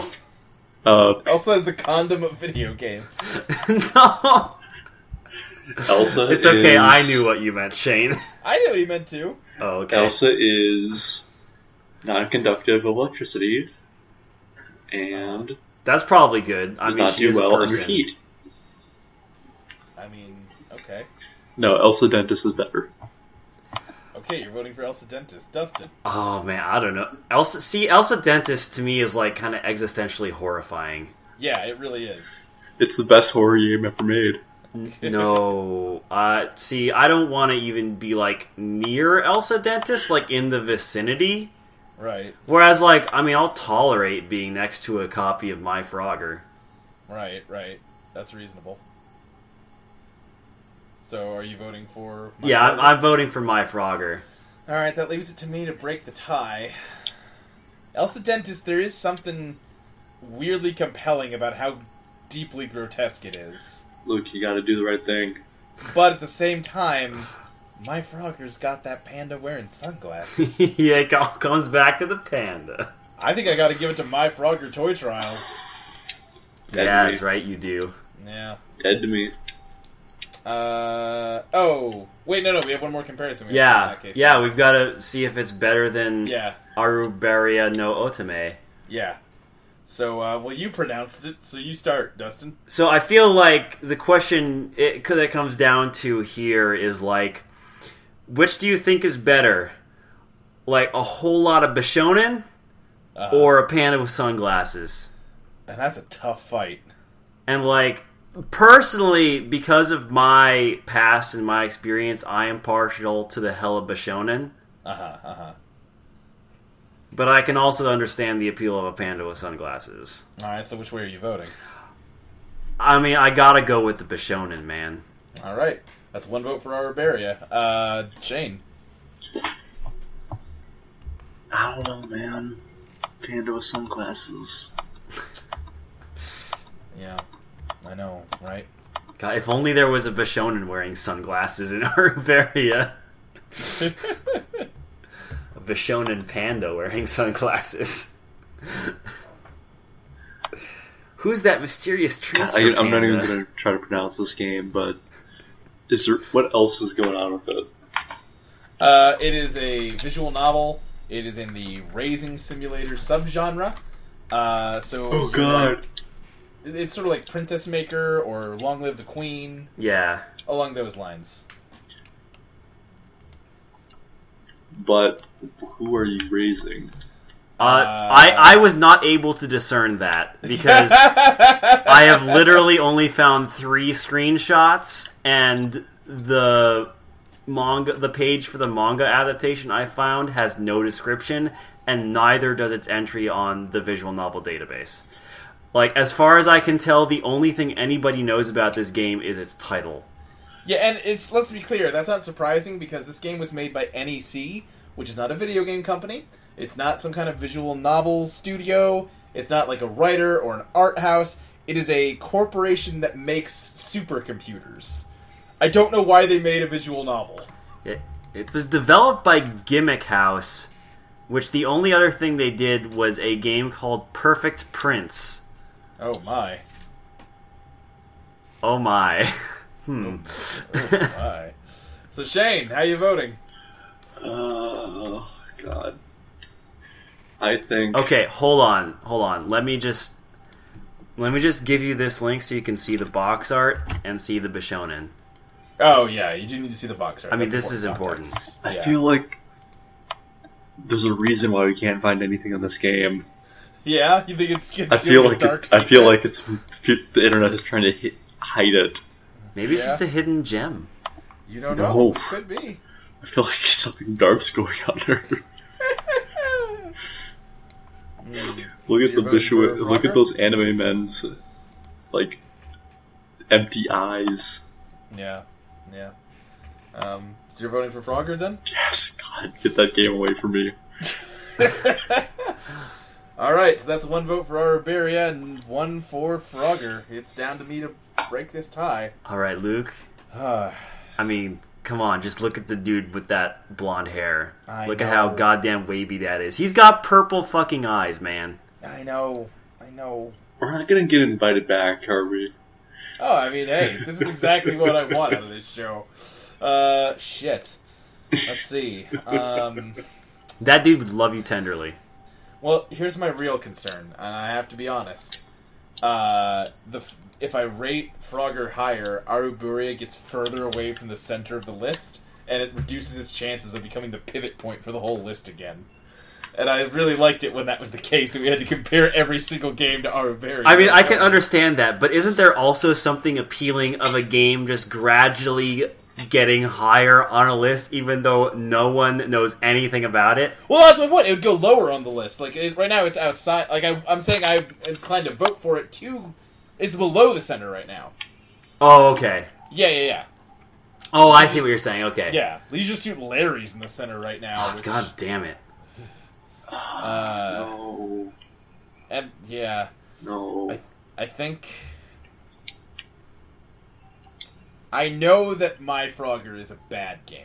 Speaker 4: uh,
Speaker 2: Elsa is the condom of video games.
Speaker 3: no,
Speaker 4: Elsa.
Speaker 3: it's okay.
Speaker 4: is-
Speaker 3: I knew what you meant, Shane.
Speaker 2: I knew what he meant to.
Speaker 3: Oh, okay.
Speaker 4: Elsa is non-conductive electricity, and does
Speaker 3: That's probably good. I mean,
Speaker 4: not
Speaker 3: she
Speaker 4: do
Speaker 3: is a
Speaker 4: well under
Speaker 3: person.
Speaker 4: heat.
Speaker 2: I mean, okay.
Speaker 4: No, Elsa Dentist is better.
Speaker 2: Okay, you're voting for Elsa Dentist. Dustin.
Speaker 3: Oh man, I don't know. Elsa, see, Elsa Dentist to me is like kind of existentially horrifying.
Speaker 2: Yeah, it really is.
Speaker 4: It's the best horror game ever made.
Speaker 3: No, uh, see, I don't want to even be like near Elsa Dentist, like in the vicinity.
Speaker 2: Right,
Speaker 3: Whereas, like, I mean, I'll tolerate being next to a copy of My Frogger.
Speaker 2: right, right. That's reasonable. So, are you voting for? my
Speaker 3: yeah, I'm,
Speaker 2: vote?
Speaker 3: I'm voting for My Frogger.
Speaker 2: All right, that leaves it to me to break the tie. Elsa Dentist, there is something weirdly compelling about how deeply grotesque it is.
Speaker 4: Luke, you gotta do the right thing.
Speaker 2: But at the same time, my Frogger's got that panda wearing sunglasses.
Speaker 3: yeah, it all comes back to the panda.
Speaker 2: I think I gotta give it to my Frogger Toy Trials.
Speaker 4: Dead
Speaker 3: yeah,
Speaker 4: to
Speaker 3: that's
Speaker 4: me.
Speaker 3: right, you do.
Speaker 2: Yeah.
Speaker 4: Dead to me.
Speaker 2: Uh. Oh. Wait, no, no, we have one more comparison. We have
Speaker 3: Yeah,
Speaker 2: to do in that case.
Speaker 3: yeah, we've got to see if it's better than
Speaker 2: Yeah.
Speaker 3: Aruberia no Otome.
Speaker 2: Yeah. So, uh, well, you pronounced it, so you start, Dustin.
Speaker 3: So I feel like the question it, that comes down to here is like, which do you think is better? Like a whole lot of Bishonen
Speaker 2: Uh,
Speaker 3: or a panda with sunglasses?
Speaker 2: And that's a tough fight.
Speaker 3: And like, personally, because of my past and my experience, I am partial to the Hella Bashonen,
Speaker 5: Uh
Speaker 2: Uh-huh,
Speaker 5: huh. Uh huh.
Speaker 3: but I can also understand the appeal of a panda with sunglasses.
Speaker 5: All right. So which way are you voting?
Speaker 3: I mean, I gotta go with the Bashonen, man.
Speaker 5: All right. That's one vote for Arabaria. Uh, Shane.
Speaker 4: I don't know, man. Panda with sunglasses.
Speaker 5: Yeah. I know, right?
Speaker 3: God, if only there was a Bashonen wearing sunglasses in our area. a Bashonen panda wearing sunglasses. Who's that mysterious transfer
Speaker 4: I, I'm not
Speaker 3: panda?
Speaker 4: even gonna try to pronounce this game, but is there what else is going on with it?
Speaker 2: Uh, it is a visual novel. It is in the raising simulator subgenre. Uh, so
Speaker 4: Oh god,
Speaker 2: it's sort of like Princess Maker or Long Live the Queen,
Speaker 3: Yeah.
Speaker 2: along those lines.
Speaker 4: but who are you raising?
Speaker 3: Uh, I, I was not able to discern that because I have literally only found three screenshots and the manga the page for the manga adaptation I found has no description and neither does its entry on the visual novel database. Like as far as I can tell, the only thing anybody knows about this game is its title.
Speaker 2: Yeah, and it's let's be clear, that's not surprising because this game was made by NEC, which is not a video game company. It's not some kind of visual novel studio. It's not like a writer or an art house. It is a corporation that makes supercomputers. I don't know why they made a visual novel.
Speaker 3: It, it was developed by Gimmick House, which the only other thing they did was a game called Perfect Prince.
Speaker 2: Oh my.
Speaker 3: Oh my. Hmm.
Speaker 2: Why? So Shane, how you voting?
Speaker 4: Oh god, I think
Speaker 3: okay, hold on. Hold on. Let me just let me just give you this link so you can see the box art and see the Bishonen.
Speaker 2: Oh yeah, you do need to see the box art.
Speaker 3: I mean,
Speaker 2: That's
Speaker 3: this is important.
Speaker 2: context.
Speaker 4: I
Speaker 2: yeah.
Speaker 4: feel like there's a reason why we can't find anything on this game.
Speaker 2: Yeah, you think it's
Speaker 4: I feel
Speaker 2: concealed
Speaker 4: like
Speaker 2: dark?
Speaker 4: it, I feel like it's the internet is trying to hit, hide it.
Speaker 3: Maybe it's
Speaker 2: Yeah.
Speaker 3: just a hidden gem.
Speaker 2: you don't
Speaker 4: No.
Speaker 2: know. Could be.
Speaker 4: I feel like something dark's going on there.
Speaker 2: Hmm.
Speaker 4: look
Speaker 2: you're
Speaker 4: at the
Speaker 2: voting
Speaker 4: Bishop.
Speaker 2: for
Speaker 4: Look
Speaker 2: Frogger?
Speaker 4: at those anime men's like empty eyes.
Speaker 2: Yeah, yeah. Um, so you're voting for Frogger then?
Speaker 4: Yes, God, get that game away from me.
Speaker 2: All right, so that's one vote for Araberia and one for Frogger. It's down to me to break this tie.
Speaker 3: All right, Luke.
Speaker 2: Uh,
Speaker 3: I mean, come on, just look at the dude with that blonde hair.
Speaker 2: I
Speaker 3: look at how
Speaker 2: know.
Speaker 3: goddamn wavy that is. He's got purple fucking eyes, man.
Speaker 2: I know, I know.
Speaker 4: We're not gonna get invited back, are we?
Speaker 2: Oh, I mean, hey, this is exactly what I want out of this show. Uh, shit. Let's see. Um,
Speaker 3: That dude would love you tenderly.
Speaker 2: well, here's my real concern, and I have to be honest. Uh, the f- if I rate Frogger higher, Aruburia gets further away from the center of the list, and it reduces its chances of becoming the pivot point for the whole list again. And I really liked it when that was the case, and we had to compare every single game to Aruburia.
Speaker 3: I mean, I can understand that, but isn't there also something appealing of a game just gradually getting higher on a list, even though no one knows anything about it?
Speaker 2: Well, that's my point. It would go lower on the list. Like it, right now, it's outside. Like I, I'm saying, I'm inclined to vote for it too. It's below the center right now.
Speaker 3: Oh, okay.
Speaker 2: Yeah, yeah, yeah,
Speaker 3: Oh, I see what you're saying. Okay.
Speaker 2: yeah. Leisure Suit Larry's in the center right now.
Speaker 3: Oh,
Speaker 2: Which,
Speaker 3: God damn it.
Speaker 2: Uh,
Speaker 4: No,
Speaker 2: and yeah,
Speaker 4: no.
Speaker 2: I think I know that My Frogger is a bad game.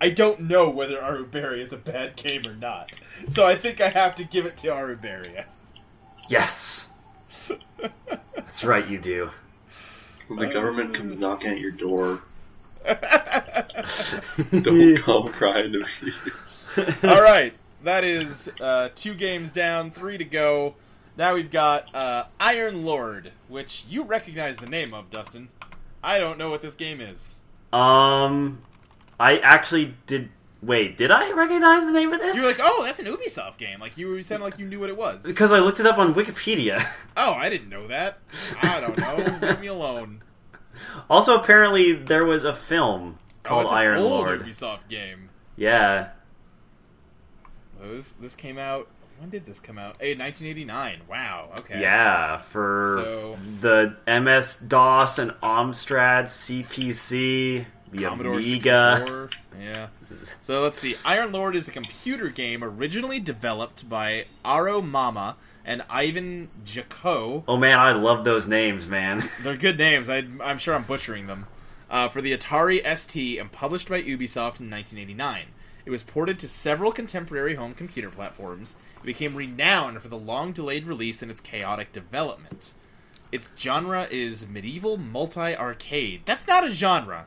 Speaker 2: I don't know whether Aruberia is a bad game or not, so I think I have to give it to Aruberia.
Speaker 3: Yes. That's right, you do.
Speaker 4: When the government comes knocking at your door, don't come crying to me.
Speaker 2: All right, that is uh, two games down, three to go. Now we've got uh, Iron Lord, which you recognize the name of, Dustin. I don't know what this game is.
Speaker 3: Um, I actually did wait, did I recognize the name of this?
Speaker 2: You were like, oh, that's an Ubisoft game. Like you were sounded like you knew what it was.
Speaker 3: because I looked it up on Wikipedia.
Speaker 2: Oh, I didn't know that. I don't know. Leave me alone.
Speaker 3: Also, apparently, there was a film
Speaker 2: Oh,
Speaker 3: called
Speaker 2: it's an
Speaker 3: Iron
Speaker 2: old
Speaker 3: Lord.
Speaker 2: Ubisoft game.
Speaker 3: Yeah,
Speaker 2: Oh, this this came out. When did this come out? Hey, 1989. Wow. Okay.
Speaker 3: yeah, for
Speaker 2: So-
Speaker 3: the MS DOS and Amstrad CPC, the
Speaker 2: Commodore
Speaker 3: Amiga.
Speaker 2: 64. Yeah. So let's see. Iron Lord is a computer game originally developed by Aro Mama and Ivan Jaco.
Speaker 3: Oh man, I love those names, man.
Speaker 2: They're good names. I, I'm sure I'm butchering them. Uh, for the Atari ST and published by Ubisoft in 1989. It was ported to several contemporary home computer platforms. It became renowned for the long delayed release and its chaotic development. Its genre is medieval multi arcade. That's not a genre.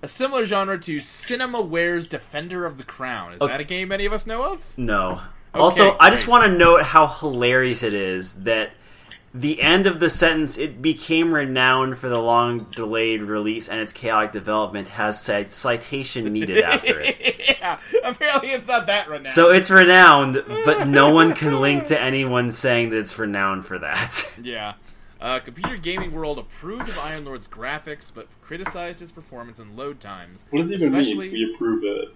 Speaker 2: A similar genre to CinemaWare's Defender of the Crown.
Speaker 3: Oh.
Speaker 2: Is that a game any of us know of?
Speaker 3: No. also, I just
Speaker 2: great.
Speaker 3: want to note how hilarious it is that the end of the sentence "it became renowned for the long delayed release and its chaotic development" has said citation needed after it.
Speaker 2: yeah, apparently it's not that renowned.
Speaker 3: So it's renowned, but no one can link to anyone saying that it's renowned for that.
Speaker 2: Yeah. Uh, Computer Gaming World approved of Iron Lord's graphics, but criticized his performance and load times.
Speaker 4: What does it even
Speaker 2: Especially,
Speaker 4: mean? We approve it.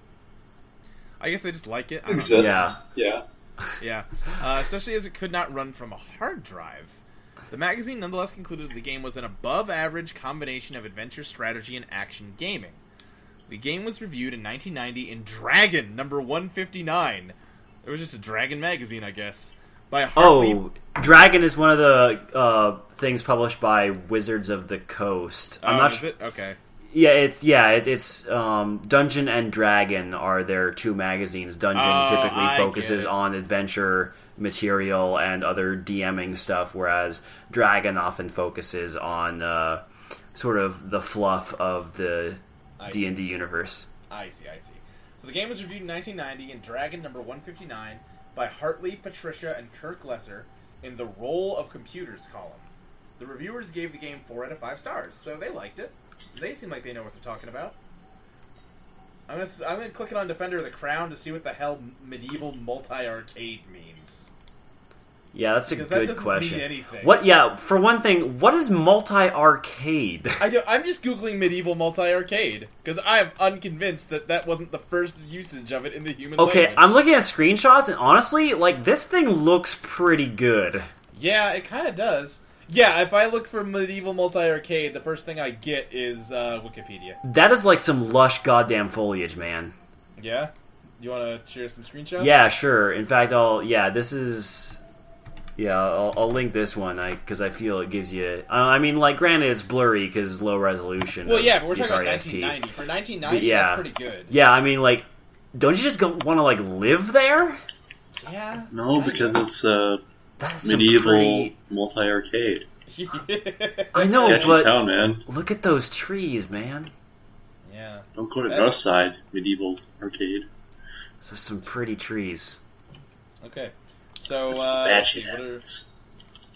Speaker 2: I guess they just like it. I
Speaker 4: It
Speaker 2: don't know.
Speaker 4: exists. Yeah.
Speaker 2: Yeah. Uh, especially as it could not run from a hard drive. The magazine nonetheless concluded that the game was an above average combination of adventure strategy and action gaming. The game was reviewed in 1990 in Dragon number 159. It was just a Dragon magazine, I guess. By Hartley
Speaker 3: Oh, Dragon is one of the uh, things published by Wizards of the Coast. I'm
Speaker 2: Oh,
Speaker 3: not
Speaker 2: is
Speaker 3: sure.
Speaker 2: it? Okay.
Speaker 3: Yeah, it's yeah, it, it's um, Dungeon and Dragon are their two magazines. Dungeon
Speaker 2: Oh,
Speaker 3: typically
Speaker 2: I get
Speaker 3: focuses
Speaker 2: it.
Speaker 3: on adventure material and other DMing stuff, whereas Dragon often focuses on uh, sort of the fluff of the
Speaker 2: I
Speaker 3: D and D universe.
Speaker 2: I see, I see. So the game was reviewed in 1990 in Dragon number 159 by Hartley, Patricia, and Kirk Lesser in the Role of Computers column. The reviewers gave the game 4 out of 5 stars, so they liked it. They seem like they know what they're talking about. I'm gonna, s- I'm gonna click it on Defender of the Crown to see what the hell medieval multi arcade means.
Speaker 3: Yeah, that's a
Speaker 2: Because that
Speaker 3: good
Speaker 2: doesn't mean
Speaker 3: question.
Speaker 2: anything.
Speaker 3: What? Yeah, for one thing, what is multi arcade?
Speaker 2: I do, I'm just googling medieval multi arcade because I am unconvinced that that wasn't the first usage of it in the human
Speaker 3: Okay,
Speaker 2: language.
Speaker 3: I'm looking at screenshots, and honestly, like this thing looks pretty good.
Speaker 2: Yeah, it kind of does. Yeah, if I look for medieval multi arcade, the first thing I get is uh, Wikipedia.
Speaker 3: That is like some lush goddamn foliage, man.
Speaker 2: Yeah, you want to share some screenshots?
Speaker 3: Yeah, sure. In fact, I'll. Yeah, this is. Yeah, I'll, I'll link this one because I, feel it gives you. Uh, I mean, like, granted, it's blurry because low resolution.
Speaker 2: Well,
Speaker 3: of
Speaker 2: yeah, but we're talking
Speaker 3: Atari
Speaker 2: about
Speaker 3: ST.
Speaker 2: 1990. For 1990,
Speaker 3: Yeah.
Speaker 2: that's pretty good.
Speaker 3: Yeah, I mean, like, don't you just want to like live there?
Speaker 2: Yeah.
Speaker 4: No, because it's uh,
Speaker 3: That's some
Speaker 4: medieval
Speaker 3: pretty-
Speaker 4: multi arcade.
Speaker 3: I know,
Speaker 4: Sketchy
Speaker 3: but
Speaker 4: town, man.
Speaker 3: look at those trees, man.
Speaker 2: yeah.
Speaker 4: Don't go to
Speaker 2: That-
Speaker 4: North Side Medieval Arcade.
Speaker 3: So some pretty trees.
Speaker 2: Okay. So, uh,
Speaker 4: Bad
Speaker 2: let's see,
Speaker 4: shit
Speaker 2: what are-
Speaker 4: happens.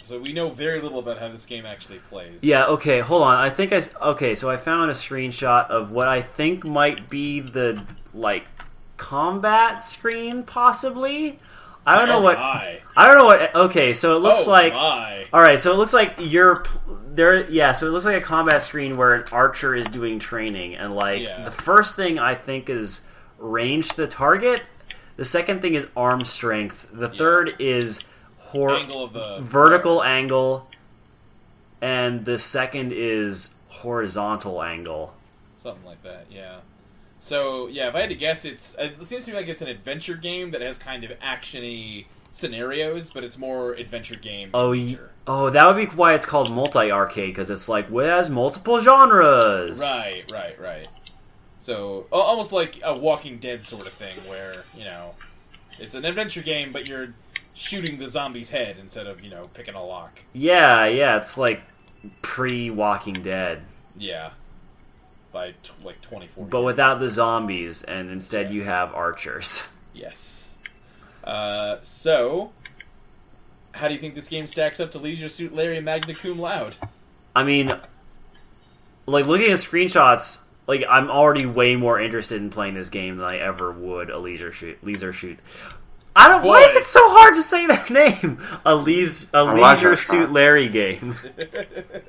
Speaker 2: so we know very little about how this game actually plays.
Speaker 3: Yeah. Okay. Hold on. I think I. s- Okay. So I found a screenshot of what I think might be the like combat screen, possibly. I don't know
Speaker 2: Oh
Speaker 3: what.
Speaker 2: My.
Speaker 3: I don't know what. Okay. So it looks
Speaker 2: oh
Speaker 3: like.
Speaker 2: my.
Speaker 3: All right. So it looks like you're p- there. Yeah. So it looks like a combat screen where an archer is doing training, and like
Speaker 2: Yeah.
Speaker 3: the first thing I think is range to the target. The second thing is arm strength. The third is hor-
Speaker 2: Angle of the
Speaker 3: vertical angle, and the second is horizontal angle.
Speaker 2: something like that. Yeah. So yeah, if I had to guess, it's it seems to me like it's an adventure game that has kind of actiony scenarios, but it's more adventure game.
Speaker 3: Oh, y-
Speaker 2: adventure.
Speaker 3: oh, that would be why it's called multi arcade because it's like well, it has multiple genres.
Speaker 2: right, right, right. So al- almost like a Walking Dead sort of thing, where you know it's an adventure game, but you're shooting the zombie's head instead of you know picking a lock.
Speaker 3: Yeah, yeah. It's like pre Walking Dead,
Speaker 2: Yeah. By t- like twenty four.
Speaker 3: but without the zombies, and instead you have archers.
Speaker 2: Yes. Uh, so, how do you think this game stacks up to Leisure Suit Larry Magna Cum Laude?
Speaker 3: I mean, like looking at screenshots, like I'm already way more interested in playing this game than I ever would a leisure shoot. Leisure shoot. I don't. Why
Speaker 2: Boy.
Speaker 3: is it so hard to say that name? A, leis- a
Speaker 4: like
Speaker 3: leisure
Speaker 4: that
Speaker 3: suit
Speaker 4: song.
Speaker 3: Larry game.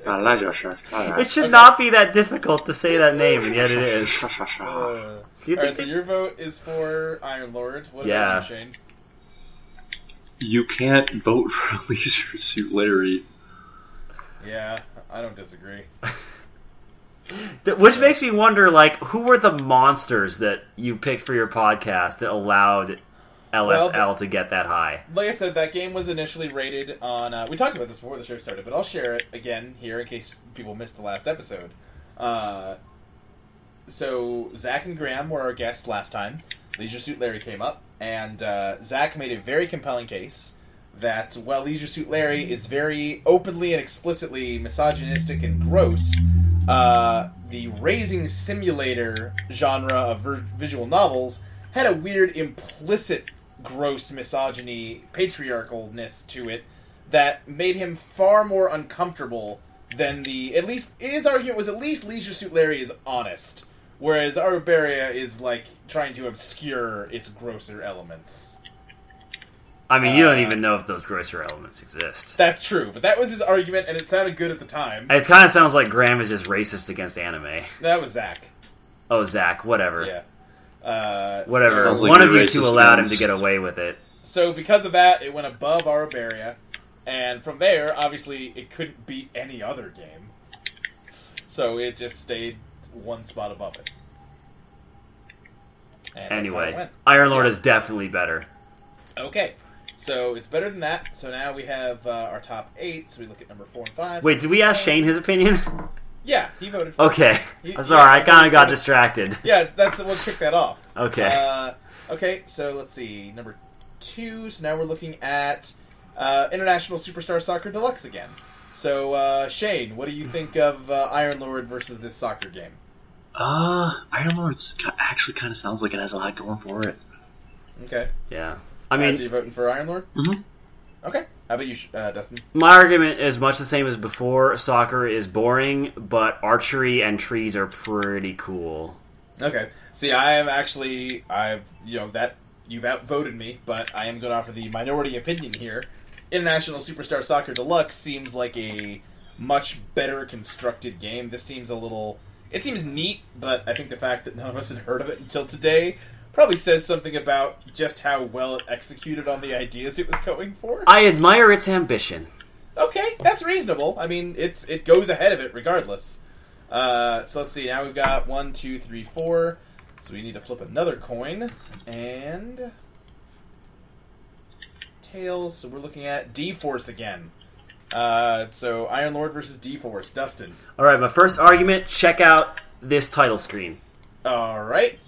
Speaker 4: I like your shirt. I like
Speaker 3: It should not be that difficult to say that name, and yet it is.
Speaker 4: it.
Speaker 2: Uh,
Speaker 3: Do you
Speaker 2: all right,
Speaker 3: think
Speaker 2: so your vote is for Iron Lord. What
Speaker 3: Yeah.
Speaker 2: about you, Shane?
Speaker 4: You can't vote for Leisure Suit Larry.
Speaker 2: Yeah, I don't disagree.
Speaker 3: Th- Which makes me wonder, like, who were the monsters that you picked for your podcast that allowed LSL to get that high?
Speaker 2: Like I said, that game was initially rated on. Uh, we talked about this before the show started, but I'll share it again here in case people missed the last episode. Uh, so Zach and Graham were our guests last time. Leisure Suit Larry came up, and uh, Zach made a very compelling case that while Leisure Suit Larry is very openly and explicitly misogynistic and gross, uh, the raising simulator genre of vir- visual novels had a weird implicit gross misogyny patriarchalness to it that made him far more uncomfortable than the at least his argument was at least Leisure Suit Larry is honest, whereas Arbaria is like trying to obscure its grosser elements.
Speaker 3: I mean, you don't
Speaker 2: Uh,
Speaker 3: even know if those grosser elements exist.
Speaker 2: That's true, but that was his argument, and it sounded good at the time.
Speaker 3: It kind of sounds like Graham is just racist against anime.
Speaker 2: That was Zach.
Speaker 3: Oh, Zach, whatever.
Speaker 2: Yeah. Uh,
Speaker 3: Whatever.
Speaker 4: Sounds like
Speaker 3: One
Speaker 4: you're
Speaker 3: of you two
Speaker 4: racist
Speaker 3: allowed him to
Speaker 4: against-
Speaker 3: get away with it.
Speaker 2: So because of that, it went above Arabaria, and from there, obviously, it couldn't beat any other game. So it just stayed one spot above it. And that's how it
Speaker 3: Anyway,
Speaker 2: went.
Speaker 3: Iron Lord is definitely better.
Speaker 2: okay. So it's better than that. So now we have uh, our top eight. So we look at number four and five.
Speaker 3: Wait, did we ask Shane his opinion?
Speaker 2: Yeah, he voted. for
Speaker 3: Okay.
Speaker 2: You-
Speaker 3: I'm sorry, I
Speaker 2: yeah,
Speaker 3: kind of got
Speaker 2: understand.
Speaker 3: distracted.
Speaker 2: Yeah, that's we'll kick that off.
Speaker 3: Okay.
Speaker 2: Uh, okay, so let's see number two. So now we're looking at uh, International Superstar Soccer Deluxe again. So uh, Shane, what do you think of uh, Iron Lord versus this soccer game?
Speaker 4: Uh, Iron Lord's ki- actually kind of sounds like it has a lot going for it.
Speaker 2: Okay,
Speaker 3: Yeah. I
Speaker 2: I
Speaker 3: mean, Mm-hmm.
Speaker 2: so you're voting for Iron Lord.
Speaker 4: Mhm.
Speaker 2: Okay, how about you, Sh- uh, Dustin?
Speaker 3: My argument is much the same as before. Soccer is boring, but archery and trees are pretty cool.
Speaker 2: Okay. See, I am actually I've you know that you've outvoted me, but I am going to offer the minority opinion here. International Superstar Soccer Deluxe seems like a much better constructed game. This seems a little it seems neat, but I think the fact that none of us had heard of it until today probably says something about just how well it executed on the ideas it was going for.
Speaker 3: I admire its ambition.
Speaker 2: Okay, that's reasonable. I mean, it's it goes ahead of it regardless. Uh, so let's see. Now we've got one, two, three, four. So we need to flip another coin and tails. So we're looking at D Force again. Uh, so Iron Lord versus D Force. Dustin.
Speaker 3: All right, my first argument check out this title screen.
Speaker 2: All right.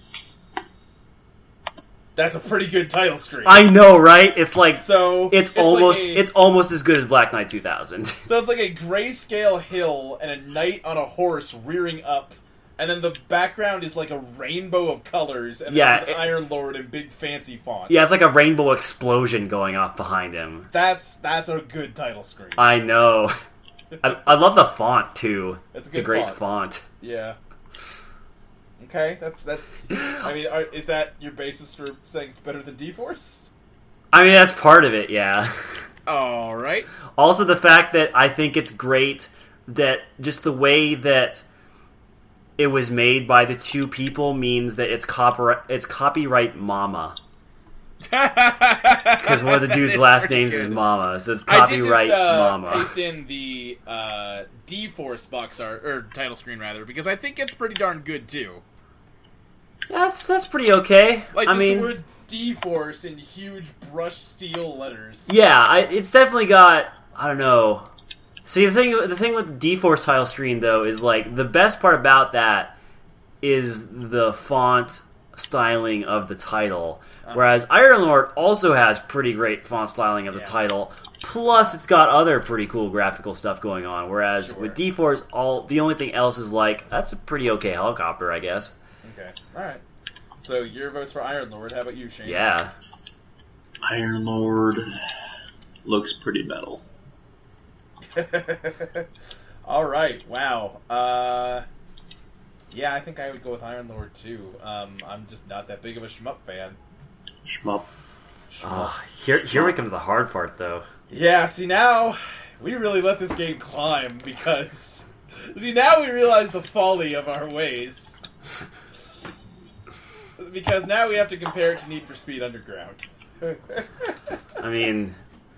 Speaker 2: That's a pretty good title screen.
Speaker 3: I know, right? It's like
Speaker 2: so
Speaker 3: it's,
Speaker 2: like
Speaker 3: almost
Speaker 2: a-
Speaker 3: it's almost as good as Black Knight 2000.
Speaker 2: So it's like a grayscale hill and a knight on a horse rearing up, and then the background is like a rainbow of colors, and
Speaker 3: Yeah,
Speaker 2: yeah,
Speaker 3: it-
Speaker 2: Iron Lord in big fancy font.
Speaker 3: yeah, it's like a rainbow explosion going off behind him.
Speaker 2: That's that's a good title screen.
Speaker 3: I know. I, I love the font too.
Speaker 2: That's a
Speaker 3: it's a
Speaker 2: good
Speaker 3: great
Speaker 2: font.
Speaker 3: font.
Speaker 2: yeah. Okay, that's that's. I mean, are, is that your basis for saying it's better than D Force?
Speaker 3: I mean, that's part of it. Yeah.
Speaker 2: All right.
Speaker 3: Also, the fact that I think it's great that just the way that it was made by the two people means that it's copyright. It's copyright Mama because one of the dude's last names is Mama, so it's
Speaker 2: I
Speaker 3: copyright
Speaker 2: did just, uh,
Speaker 3: Mama.
Speaker 2: paste in the uh, D Force box art or title screen rather because I think it's pretty darn good too.
Speaker 3: That's that's pretty okay.
Speaker 2: Like
Speaker 3: I
Speaker 2: just
Speaker 3: mean,
Speaker 2: the word D-force in huge brush steel letters.
Speaker 3: yeah, I, it's definitely got. I don't know. See the thing. The thing with the D4 tile screen though is like the best part about that is the font styling of the title. Whereas Iron Lord also has pretty great font styling of the
Speaker 2: Yeah.
Speaker 3: title. Plus, it's got other pretty cool graphical stuff going on. Whereas with D4's, all the only thing else is like that's a pretty okay helicopter, I guess.
Speaker 2: Okay. All right. So your votes for Iron Lord. How about you, Shane?
Speaker 3: Yeah,
Speaker 4: Iron Lord looks pretty metal.
Speaker 2: All right. Wow. Uh,
Speaker 5: Yeah, I think I would go with Iron Lord too. Um, I'm just not that big of a shmup fan.
Speaker 4: Shmup.
Speaker 3: Ah, here, here we come to the hard part, though.
Speaker 5: Yeah, see now we really let this game climb because see now we realize the folly of our ways. Because now we have to compare it to Need for Speed Underground.
Speaker 3: I mean,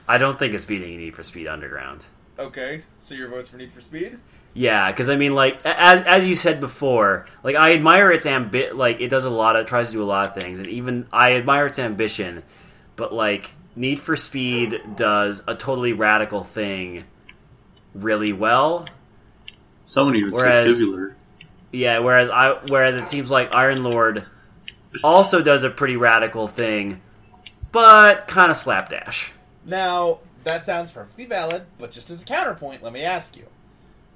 Speaker 3: I don't think it's beating Need for Speed Underground.
Speaker 5: Okay, so your vote's for Need for Speed?
Speaker 3: Yeah, because I mean, like a- as as you said before, like I admire its ambi like it does a lot of tries to do a lot of things, and even I admire its ambition, but like Need for Speed does a totally radical thing really well.
Speaker 4: Somebody would
Speaker 3: Whereas-
Speaker 4: say fibular.
Speaker 3: Yeah, whereas I whereas it seems like Iron Lord also does a pretty radical thing, but kind of slapdash.
Speaker 5: Now, that sounds perfectly valid, but just as a counterpoint, let me ask you.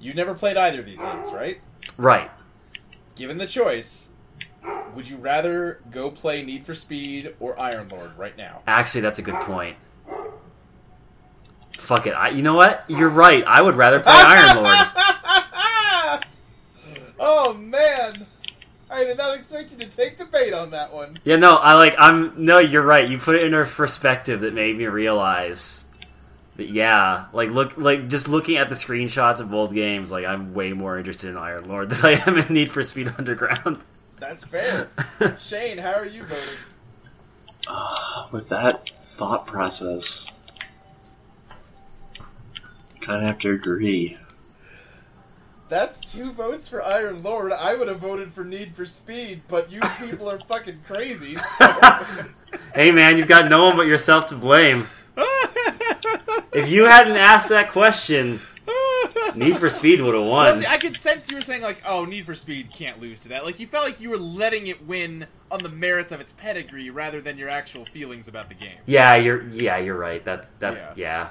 Speaker 5: You never played either of these games, right?
Speaker 3: Right.
Speaker 5: Given the choice, would you rather go play Need for Speed or Iron Lord right now?
Speaker 3: Actually, that's a good point. Fuck it. I, you know what? You're right. I would rather play Iron Lord.
Speaker 5: oh man! I did not expect you to take the bait on that one.
Speaker 3: Yeah, no, I like I'm no, you're right. You put it in a perspective that made me realize that yeah, like look like just looking at the screenshots of both games, like I'm way more interested in Iron Lord than I am in Need for Speed Underground.
Speaker 5: That's fair. Shane, how are you voting?
Speaker 4: With that thought process, kind of have to agree.
Speaker 5: That's two votes for Iron Lord. I would have voted for Need for Speed, but you people are fucking crazy. So
Speaker 3: hey man, you've got no one but yourself to blame. if you hadn't asked that question, Need for Speed would have
Speaker 2: Well,
Speaker 3: won.
Speaker 2: see, I could sense you were saying like, "Oh, Need for Speed can't lose to that." Like you felt like you were letting it win on the merits of its pedigree rather than your actual feelings about the game.
Speaker 3: Yeah, you're yeah, you're right. That that yeah.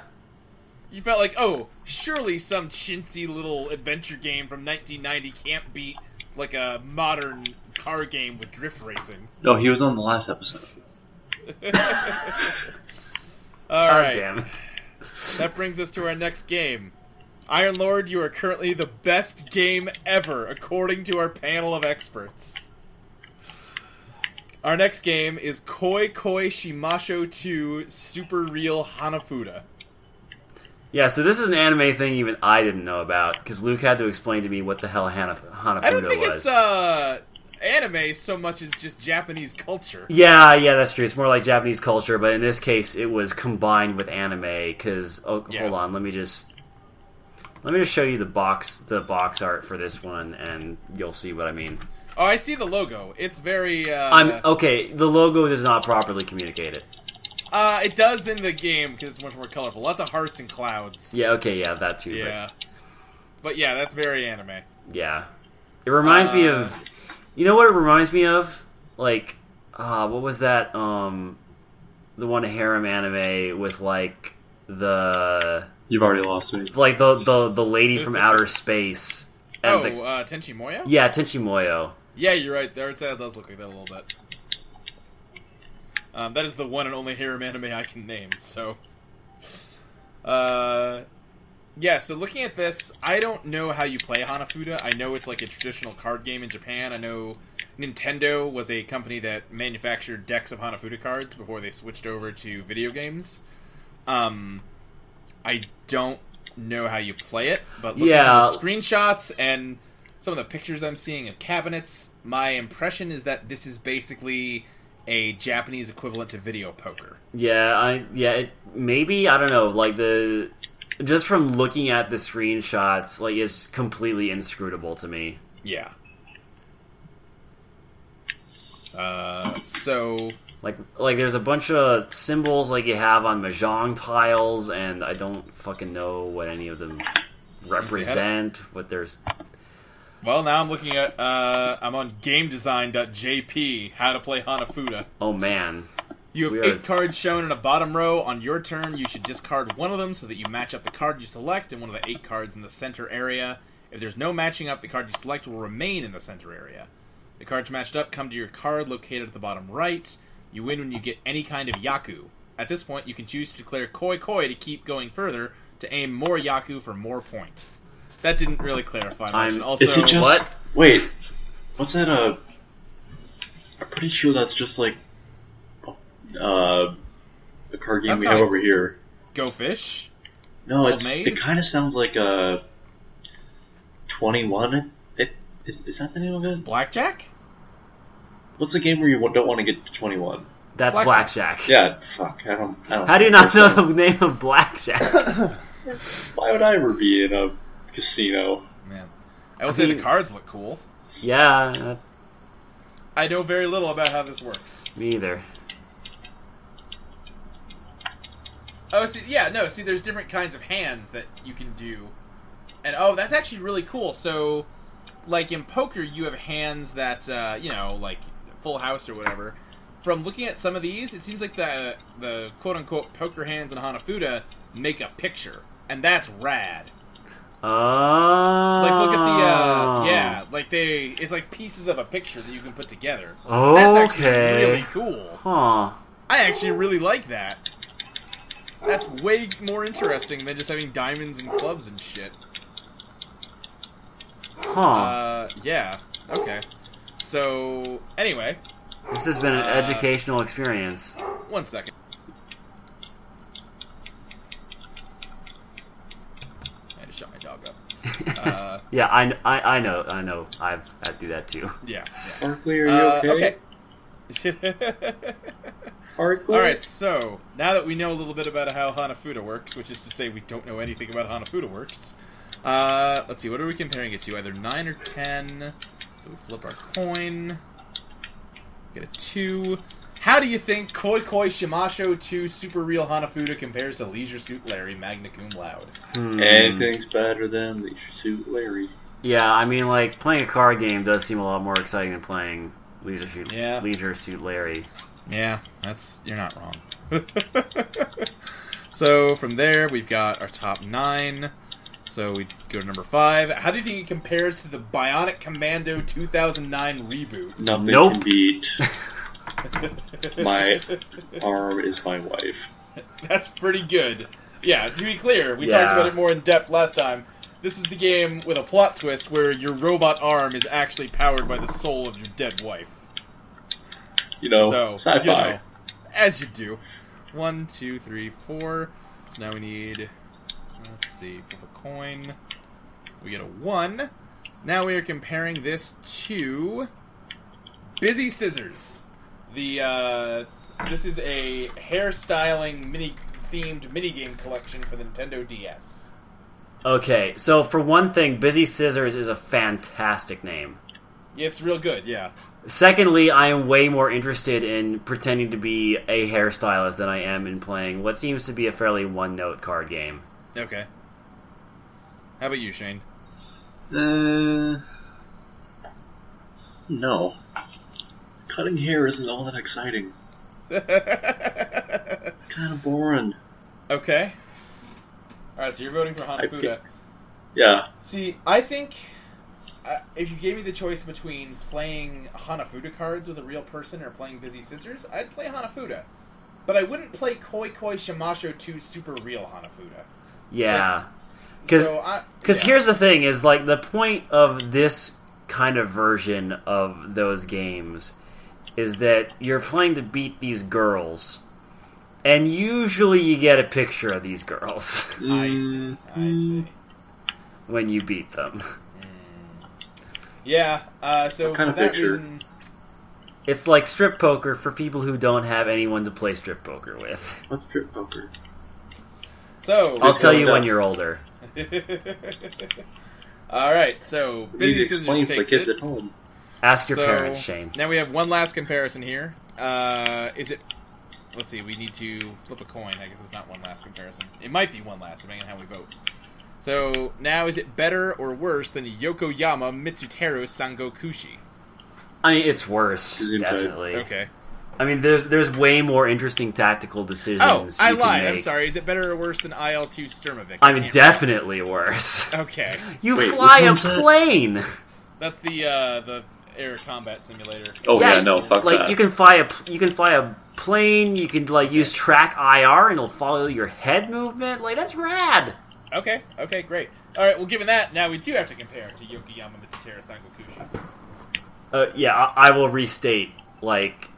Speaker 2: You felt like, "Oh, surely some chintzy little adventure game from 1990 can't beat like a modern car game with drift racing."
Speaker 4: No, he was on the last episode.
Speaker 2: All
Speaker 3: God
Speaker 2: right,
Speaker 3: damn it.
Speaker 2: that brings us to our next game. Iron Lord, you are currently the best game ever, according to our panel of experts. Our next game is Koi Koi Shimasho 2 Super Real Hanafuda.
Speaker 3: Yeah, so this is an anime thing even I didn't know about because Luke had to explain to me what the hell Hana, Hanafuda
Speaker 2: I don't think
Speaker 3: was.
Speaker 2: it's uh, anime so much as just Japanese culture.
Speaker 3: Yeah, yeah, that's true. It's more like Japanese culture, but in this case, it was combined with anime. Because oh,
Speaker 2: Yeah.
Speaker 3: hold on, let me just let me just show you the box the box art for this one, and you'll see what I mean.
Speaker 2: Oh, I see the logo. It's very. Uh,
Speaker 3: I'm okay. The logo does not properly communicate it.
Speaker 2: uh, it does in the game because it's much more colorful. Lots of hearts and clouds.
Speaker 3: Yeah, okay, yeah, that too. but-
Speaker 2: Yeah. But yeah, that's very anime.
Speaker 3: Yeah. It reminds me
Speaker 2: Uh.
Speaker 3: of you know what it reminds me of? Like uh what was that um the one harem anime with like the
Speaker 4: You've already lost me.
Speaker 3: like the the, the lady from outer space and
Speaker 2: Oh,
Speaker 3: the
Speaker 2: uh, Tenchi Muyo?
Speaker 3: yeah, Tenchi Muyo.
Speaker 2: Yeah, you're right. The art style does look like that a little bit. Um, that is the one and only harem anime I can name. So, uh, yeah. So looking at this, I don't know how you play Hanafuda. I know it's like a traditional card game in Japan. I know Nintendo was a company that manufactured decks of Hanafuda cards before they switched over to video games. Um, I don't know how you play it, but looking
Speaker 3: Yeah.
Speaker 2: at the screenshots and some of the pictures I'm seeing of cabinets, my impression is that this is basically a Japanese equivalent to video poker.
Speaker 3: Yeah, I yeah, it, maybe I don't know, like the just from looking at the screenshots, like it's completely inscrutable to me.
Speaker 2: Yeah. Uh, so
Speaker 3: Like like there's a bunch of symbols like you have on mahjong tiles, and I don't fucking know what any of them represent. What there's
Speaker 2: well, now I'm looking at uh, I'm on GameDesign.jp. How to play Hanafuda.
Speaker 3: oh man,
Speaker 2: You have
Speaker 3: We are-
Speaker 2: eight cards shown in a bottom row. On your turn, you should discard one of them so that you match up the card you select and one of the eight cards in the center area. If there's no matching up, the card you select will remain in the center area. The cards matched up come to your card located at the bottom right. You win when you get any kind of Yaku. At this point, you can choose to declare Koi Koi to keep going further to aim more Yaku for more point. That didn't really clarify much.
Speaker 3: I'm-
Speaker 2: and also,
Speaker 4: Is it just wait? What's that? Uh, I'm pretty sure that's just like uh, a card game
Speaker 2: That's
Speaker 4: we
Speaker 2: not
Speaker 4: have
Speaker 2: a-
Speaker 4: over here.
Speaker 2: Go fish.
Speaker 4: No,
Speaker 2: Old
Speaker 4: it's
Speaker 2: Maid?
Speaker 4: it kind of sounds like uh, twenty one. It, is, is that the name of it?
Speaker 2: Blackjack.
Speaker 4: What's the game where you don't want to get to twenty one?
Speaker 3: That's
Speaker 2: Blackjack.
Speaker 3: Blackjack.
Speaker 4: Yeah, fuck. I don't. I don't
Speaker 3: How do you not know
Speaker 4: There's some-
Speaker 3: the name of Blackjack?
Speaker 4: Why would I ever be in a casino?
Speaker 2: Man, I will say the
Speaker 3: mean-
Speaker 2: cards look cool.
Speaker 3: yeah, uh,
Speaker 2: I know very little about how this works.
Speaker 3: me either.
Speaker 2: Oh, see, yeah, no, see, there's different kinds of hands that you can do, and oh, that's actually really cool. So, like in poker, you have hands that uh, you know, like full house or whatever. From looking at some of these, it seems like the the quote unquote poker hands in Hanafuda make a picture, and that's rad.
Speaker 3: Oh.
Speaker 2: Like
Speaker 3: Like,
Speaker 2: look at the
Speaker 3: Ah. Oh.
Speaker 2: uh, yeah, like they it's like pieces of a picture that you can put together. That's actually
Speaker 3: Okay.
Speaker 2: really cool.
Speaker 3: Huh.
Speaker 2: I actually really like that. That's way more interesting than just having diamonds and clubs and shit.
Speaker 3: Huh.
Speaker 2: Uh, yeah. Okay. So, anyway,
Speaker 3: this has been an
Speaker 2: uh,
Speaker 3: educational experience.
Speaker 2: one second. I had to shut my dog up. Uh,
Speaker 3: Yeah, I, kn- I, I know, I know. I've, I do that too.
Speaker 2: yeah.
Speaker 4: Barkley, are you
Speaker 2: Uh, okay.
Speaker 4: okay? Barkley?
Speaker 2: All right, so now that we know a little bit about how Hanafuda works, which is to say we don't know anything about Hanafuda works, uh, let's see, what are we comparing it to? Either 9 or 10. So we flip our coin. Get a 2. How do you think Koi Koi Shimasho 2 Super Real Hanafuda compares to Leisure Suit Larry Magna Cum Laude?
Speaker 3: Hmm.
Speaker 4: Anything's better than the suit, Larry.
Speaker 3: Yeah, I mean, like playing a card game does seem a lot more exciting than playing Leisure Suit,
Speaker 2: Yeah.
Speaker 3: Leisure Suit Larry.
Speaker 2: Yeah, that's you're not wrong. so from there we've got our top nine. So we go to number five. How do you think it compares to the Bionic Commando 2009 reboot?
Speaker 4: Nothing
Speaker 3: Nope.
Speaker 4: can beat. my arm is my wife.
Speaker 2: That's pretty good. Yeah, to be clear, we
Speaker 3: Yeah.
Speaker 2: talked about it more in depth last time. This is the game with a plot twist where your robot arm is actually powered by the soul of your dead wife.
Speaker 4: You know,
Speaker 2: so
Speaker 4: sci-fi.
Speaker 2: you know, as you do. One, two, three, four. So now we need. Let's see, flip a coin. We get a one. Now we are comparing this to Busy Scissors. The uh, this is a hairstyling mini themed minigame collection for the Nintendo DS.
Speaker 3: Okay, so for one thing, Busy Scissors is a fantastic name.
Speaker 2: It's real good, yeah.
Speaker 3: Secondly, I am way more interested in pretending to be a hairstylist than I am in playing what seems to be a fairly one-note card game.
Speaker 2: Okay. How about you, Shane?
Speaker 4: Uh, no. Cutting hair isn't all that exciting. It's kind of boring.
Speaker 2: Okay. All right, so you're voting for Hanafuda.
Speaker 4: pick- Yeah.
Speaker 2: See, I think uh, if you gave me the choice between playing Hanafuda cards with a real person or playing Busy Scissors, I'd play Hanafuda. But I wouldn't play Koi Koi Shimasho 2 Super Real Hanafuda.
Speaker 3: Yeah. Because
Speaker 2: So I
Speaker 3: Because
Speaker 2: yeah.
Speaker 3: here's the thing: is like the point of this kind of version of those games is that you're playing to beat these girls, and usually you get a picture of these girls
Speaker 2: I see.
Speaker 4: Mm-hmm.
Speaker 2: I see. Mm.
Speaker 3: when you beat them.
Speaker 2: Yeah. Uh, so
Speaker 4: What kind
Speaker 2: for
Speaker 4: of
Speaker 2: that
Speaker 4: picture?
Speaker 2: reason,
Speaker 3: It's like strip poker for people who don't have anyone to play strip poker with.
Speaker 4: What's strip poker?
Speaker 2: so
Speaker 3: I'll
Speaker 4: This
Speaker 3: tell
Speaker 4: one
Speaker 3: you when
Speaker 4: does.
Speaker 3: you're older.
Speaker 2: all right. So Busy
Speaker 4: Need to explain
Speaker 2: Scissors
Speaker 4: to the
Speaker 2: takes
Speaker 4: kids
Speaker 2: it.
Speaker 4: at home.
Speaker 3: Ask your
Speaker 2: So,
Speaker 3: parents, Shane.
Speaker 2: Now we have one last comparison here. Uh, is it? Let's see. We need to flip a coin. I guess it's not one last comparison. It might be one last, depending on how we vote. So now, is it better or worse than Yokoyama Mitsuteru Sangokushi?
Speaker 3: I mean, it's worse,
Speaker 4: Gesundheit.
Speaker 3: definitely.
Speaker 2: Okay.
Speaker 3: I mean, there's there's way more interesting tactical decisions.
Speaker 2: Oh, I
Speaker 3: you can
Speaker 2: lied. I'm
Speaker 3: make.
Speaker 2: sorry. Is it better or worse than IL2 Sturmovik?
Speaker 3: I mean,
Speaker 2: Can't-
Speaker 3: definitely worse.
Speaker 2: Okay,
Speaker 3: You
Speaker 4: Wait,
Speaker 3: fly
Speaker 4: which
Speaker 3: a
Speaker 4: one's that?
Speaker 3: plane.
Speaker 2: that's the uh, the air combat simulator.
Speaker 4: Oh yeah, no, fuck
Speaker 3: like
Speaker 4: that.
Speaker 3: you can fly a you can fly a plane. You can like use track IR and it'll follow your head movement. Like that's rad.
Speaker 2: Okay. Okay. Great. All right. Well, given that, now we do have to compare it to Yokoyama Mitsuteru Sangokushi.
Speaker 3: uh, yeah, I, I will restate like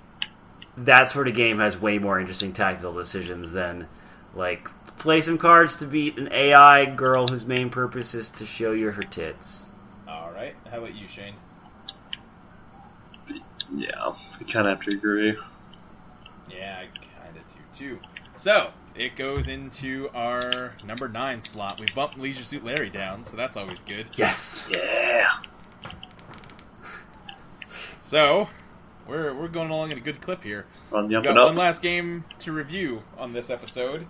Speaker 3: that sort of game has way more interesting tactical decisions than like play some cards to beat an AI girl whose main purpose is to show you her tits.
Speaker 2: All right. How about you, Shane?
Speaker 4: Yeah, I kind of have to agree.
Speaker 2: Yeah, I kind of do too. So it goes into our number nine slot. We bumped Leisure Suit Larry down, so that's always good.
Speaker 3: Yes.
Speaker 4: Yeah.
Speaker 2: So we're we're going along in a good clip here.
Speaker 4: On the up
Speaker 2: We've
Speaker 4: and
Speaker 2: got
Speaker 4: up.
Speaker 2: one last game to review on this episode.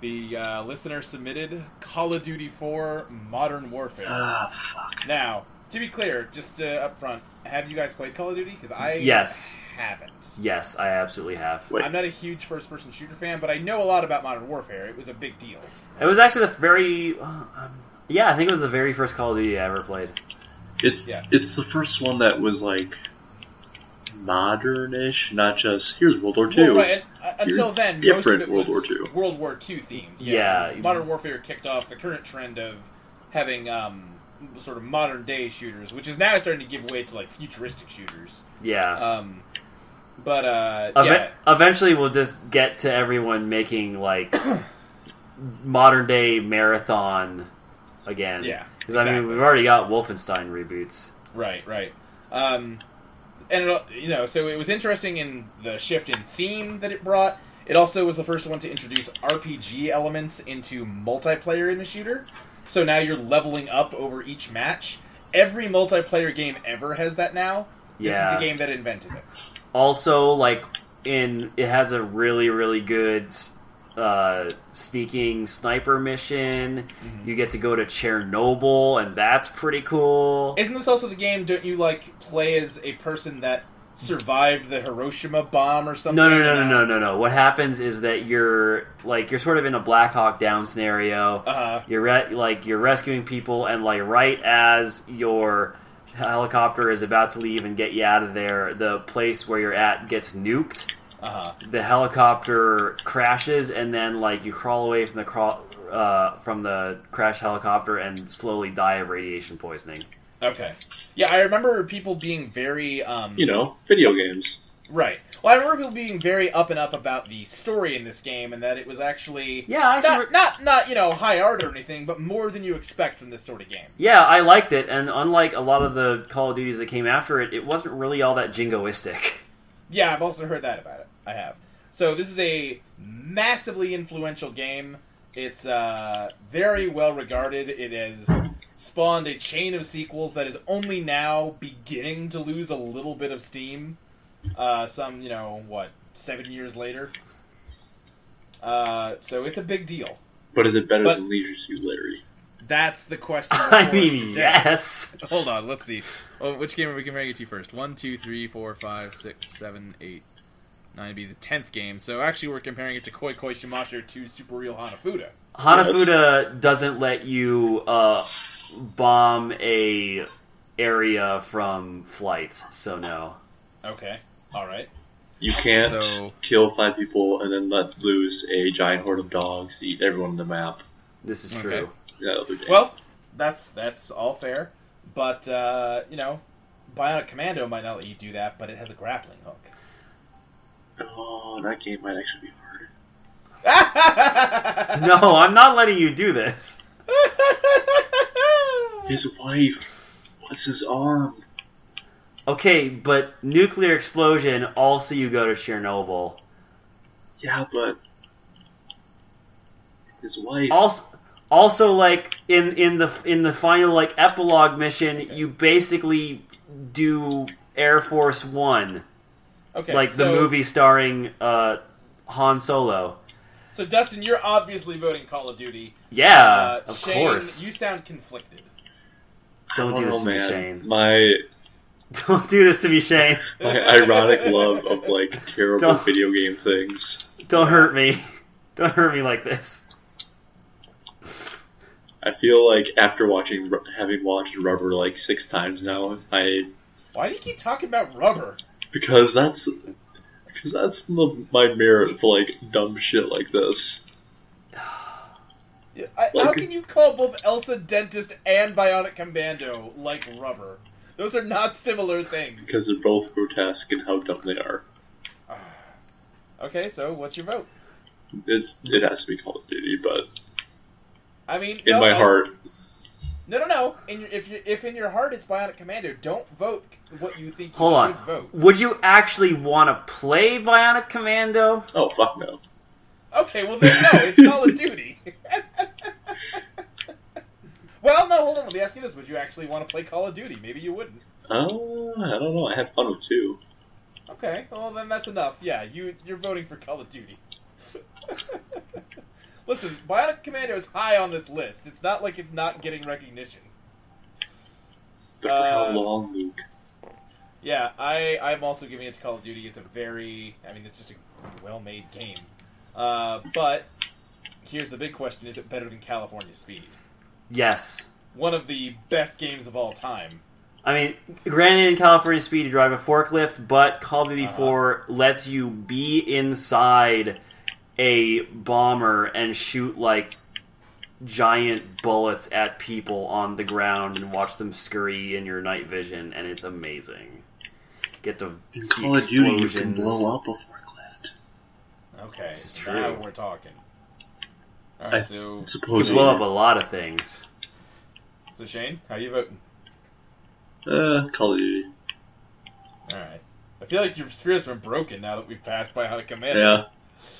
Speaker 2: The uh, listener submitted Call of Duty 4 Modern Warfare.
Speaker 4: ah, fuck.
Speaker 2: Now, to be clear, just uh, up front, have you guys played Call of Duty? Because I
Speaker 3: Yes.
Speaker 2: haven't.
Speaker 3: Yes, I absolutely have.
Speaker 4: Wait.
Speaker 2: I'm not a huge first person shooter fan, but I know a lot about Modern Warfare. It was a big deal.
Speaker 3: It was actually the very. Uh, um, yeah, I think it was the very first Call of Duty I ever played.
Speaker 4: It's
Speaker 2: Yeah.
Speaker 4: it's the first one that was like modernish, not just here's World War II.
Speaker 2: Well, right, and, uh, until
Speaker 4: Here's
Speaker 2: then, most of
Speaker 4: different
Speaker 2: it
Speaker 4: World
Speaker 2: was
Speaker 4: War II.
Speaker 2: World War II themed.
Speaker 3: Yeah.
Speaker 2: Modern Warfare kicked off the current trend of having um, sort of modern day shooters, which is now starting to give way to like futuristic shooters.
Speaker 3: Yeah.
Speaker 2: Um, but uh,
Speaker 3: Eve-
Speaker 2: yeah,
Speaker 3: Eventually, we'll just get to everyone making like modern day marathon again.
Speaker 2: Yeah,
Speaker 3: Because I
Speaker 2: exactly.
Speaker 3: mean, we've already got Wolfenstein reboots.
Speaker 2: right, right. Um, and it, you know, so it was interesting in the shift in theme that it brought. It also was the first one to introduce RPG elements into multiplayer in the shooter. So now you're leveling up over each match. Every multiplayer game ever has that now. This
Speaker 3: Yeah.
Speaker 2: is the game that invented it.
Speaker 3: Also, like in it has a really really good uh, sneaking sniper mission.
Speaker 2: Mm-hmm.
Speaker 3: You get to go to Chernobyl, and that's pretty cool.
Speaker 2: Isn't this also the game? Don't you like play as a person that survived the Hiroshima bomb or something?
Speaker 3: No, no, no,
Speaker 2: And,
Speaker 3: no,
Speaker 2: uh,
Speaker 3: no, no, no. What happens is that you're like you're sort of in a Black Hawk Down scenario.
Speaker 2: Uh-huh.
Speaker 3: You're re- like you're rescuing people, and like right as your helicopter is about to leave and get you out of there, the place where you're at gets nuked.
Speaker 2: Uh-huh.
Speaker 3: The helicopter crashes, and then like you crawl away from the crawl. Uh, from the crash helicopter and slowly die of radiation poisoning.
Speaker 2: Okay. Yeah, I remember people being very um
Speaker 4: You know, video games.
Speaker 2: right. Well, I remember people being very up and up about the story in this game and that it was actually
Speaker 3: Yeah, I actually re-
Speaker 2: not, not not, you know, high art or anything, but more than you expect from this sort of game.
Speaker 3: Yeah, I liked it, and unlike a lot of the Call of Duties that came after it, it wasn't really all that jingoistic.
Speaker 2: Yeah, I've also heard that about it. I have. So this is a massively influential game. It's uh, very well regarded. It has spawned a chain of sequels that is only now beginning to lose a little bit of steam. Uh, some, you know, what seven years later. Uh, so it's a big deal.
Speaker 4: But is it better
Speaker 2: But-
Speaker 4: than Leisure Suit Larry?
Speaker 2: That's the question. before
Speaker 3: I
Speaker 2: us
Speaker 3: mean,
Speaker 2: today.
Speaker 3: yes.
Speaker 2: Hold on, let's see. Oh, which game are we comparing it to first? One, two, three, four, five, six, seven, eight, nine. Would be the tenth game. So actually, we're comparing it to Koi Koi Shimasho to Super Real Hanafuda.
Speaker 3: Hanafuda doesn't let you uh, bomb a area from flight, so no.
Speaker 2: Okay, all right.
Speaker 4: You can't
Speaker 2: So-
Speaker 4: kill five people and then let loose a giant horde of dogs to eat everyone on the map.
Speaker 3: This is
Speaker 2: Okay.
Speaker 3: true.
Speaker 4: That other game.
Speaker 2: Well, that's that's all fair, but uh, you know, Bionic Commando might not let you do that, but it has a grappling
Speaker 4: oh, that game might actually be harder.
Speaker 2: hook.
Speaker 3: No, I'm not letting you do this.
Speaker 4: His wife. What's his arm?
Speaker 3: Okay, but nuclear explosion, also you go to Chernobyl.
Speaker 4: Yeah, but his wife.
Speaker 3: also also like in in the in the final like epilogue mission you basically do air force one
Speaker 2: okay,
Speaker 3: like
Speaker 2: so-
Speaker 3: the movie starring uh han solo
Speaker 2: So Dustin, you're obviously voting Call of Duty.
Speaker 3: yeah
Speaker 2: Uh,
Speaker 3: of
Speaker 2: Shane,
Speaker 3: course
Speaker 2: You sound conflicted.
Speaker 3: don't
Speaker 4: I
Speaker 3: do this
Speaker 4: don't know,
Speaker 3: to me
Speaker 4: Oh, man.
Speaker 3: shane
Speaker 4: My
Speaker 3: don't do this to me shane
Speaker 4: my ironic love of like terrible
Speaker 3: Don't-
Speaker 4: video game things.
Speaker 3: don't hurt me don't hurt me like this
Speaker 4: I feel like after watching, Ru- having watched Rubber like six times now, I
Speaker 2: Why do you keep talking about rubber?
Speaker 4: because that's because that's the, my merit for like dumb shit like this.
Speaker 2: Yeah, I, how
Speaker 4: Like-
Speaker 2: can you call both Elsa Dentist and Bionic Commando like rubber? Those are not similar things.
Speaker 4: because they're both grotesque and how dumb they are.
Speaker 2: Okay, so what's your vote?
Speaker 4: It's it has to be Call of Duty, but
Speaker 2: I mean,
Speaker 4: in
Speaker 2: no,
Speaker 4: my
Speaker 2: I-
Speaker 4: heart,
Speaker 2: No, no, no. In your, if you if in your heart it's Bionic Commando, don't vote what you think
Speaker 3: Hold
Speaker 2: you
Speaker 3: on.
Speaker 2: should vote.
Speaker 3: Would you actually want to play Bionic Commando?
Speaker 4: oh fuck no.
Speaker 2: Okay, well then no, it's Call of Duty. well, no, hold on. Let me ask you this: Would you actually want to play Call of Duty? Maybe you wouldn't.
Speaker 4: Uh, I don't know. I had fun with two.
Speaker 2: Okay, well then that's enough. Yeah, you you're voting for Call of Duty. Listen, Bionic Commando is high on this list. It's not like it's not getting recognition.
Speaker 4: But for how
Speaker 2: Uh,
Speaker 4: long, Luke?
Speaker 2: Yeah, I I'm also giving it to Call of Duty. It's a very I mean it's just a well-made game. Uh, but here's the big question: Is it better than California Speed?
Speaker 3: Yes.
Speaker 2: One of the best games of all time.
Speaker 3: I mean, granted, in California Speed, you drive a forklift, but Call of Duty 4 lets you be inside a bomber and shoot, like, giant bullets at people on the ground and watch them scurry in your night vision, and it's amazing. Get to
Speaker 4: In
Speaker 3: see
Speaker 4: Call of Duty, you can
Speaker 3: explosions.
Speaker 4: blow up a forklift.
Speaker 2: Okay,
Speaker 3: This is
Speaker 2: now
Speaker 3: true.
Speaker 2: we're talking. All
Speaker 4: I-
Speaker 2: right, so
Speaker 3: You can
Speaker 4: Supposedly,
Speaker 3: blow up a lot of things.
Speaker 2: so Shane, how you voting?
Speaker 4: uh, Call of Duty.
Speaker 2: All right. I feel like your spirits have been broken now that we've passed by Bionic Commando.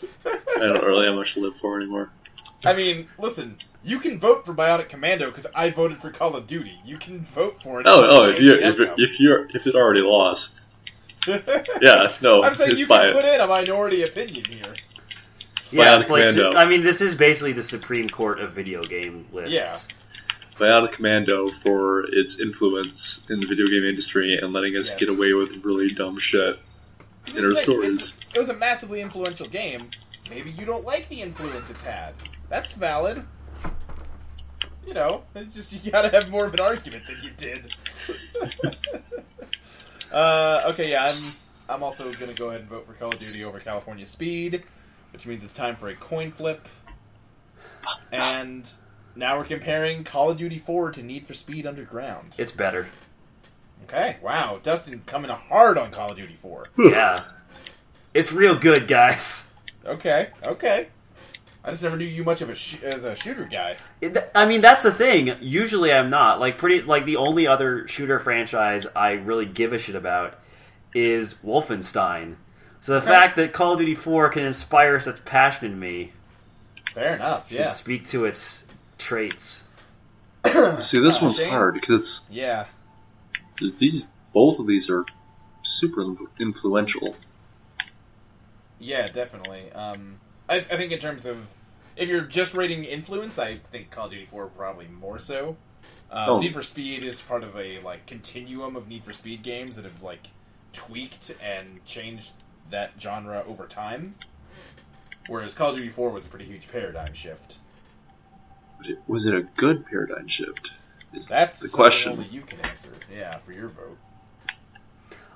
Speaker 4: Yeah, I don't really have much to live for anymore.
Speaker 2: I mean, listen, you can vote for Bionic Commando because I voted for Call of Duty. You can vote for it.
Speaker 4: Oh, oh, if
Speaker 2: Change
Speaker 4: you
Speaker 2: the
Speaker 4: if
Speaker 2: outcome.
Speaker 4: if you if it already lost, yeah, no,
Speaker 2: I'm saying
Speaker 4: it's
Speaker 2: you
Speaker 4: by
Speaker 2: can put in a minority opinion here.
Speaker 3: Yeah,
Speaker 4: Bionic
Speaker 3: it's like,
Speaker 4: Commando.
Speaker 3: I mean, this is basically the Supreme Court of video game lists.
Speaker 2: Yeah.
Speaker 4: Bionic Commando for its influence in the video game industry and letting us
Speaker 2: Yes.
Speaker 4: get away with really dumb shit in our
Speaker 2: It's-
Speaker 4: stories.
Speaker 2: It was a massively influential game. Maybe you don't like the influence it's had. That's valid. You know, it's just you gotta have more of an argument than you did. uh, okay, yeah, I'm. I'm also gonna go ahead and vote for Call of Duty over California Speed, which means it's time for a coin flip. And now we're comparing Call of Duty 4 to Need for Speed Underground.
Speaker 3: It's better.
Speaker 2: Okay, wow, Dustin coming hard on Call of Duty 4.
Speaker 3: yeah. It's real good, guys.
Speaker 2: Okay, okay. I just never knew you much of a sh- as a shooter guy.
Speaker 3: It- I mean, that's the thing. Usually, I'm not like pretty. Like the only other shooter franchise I really give a shit about is Wolfenstein. So the fact that Call of Duty 4 can inspire such passion in me
Speaker 2: Fair enough.
Speaker 3: should
Speaker 2: Yeah,
Speaker 3: speak to its traits.
Speaker 4: See, this
Speaker 2: Uh,
Speaker 4: one's
Speaker 2: Shane?
Speaker 4: hard because
Speaker 2: yeah.
Speaker 4: these both of these are super inf- influential.
Speaker 2: Yeah, definitely. Um, I, I think in terms of if you're just rating influence, I think Call of Duty Four probably more so. Um,
Speaker 4: Oh.
Speaker 2: Need for Speed is part of a like continuum of Need for Speed games that have like tweaked and changed that genre over time. Whereas Call of Duty Four was a pretty huge paradigm shift.
Speaker 4: But it- was it a good paradigm shift? Is
Speaker 2: That's
Speaker 4: the
Speaker 2: something
Speaker 4: question.
Speaker 2: Only you can answer. Yeah, for your vote.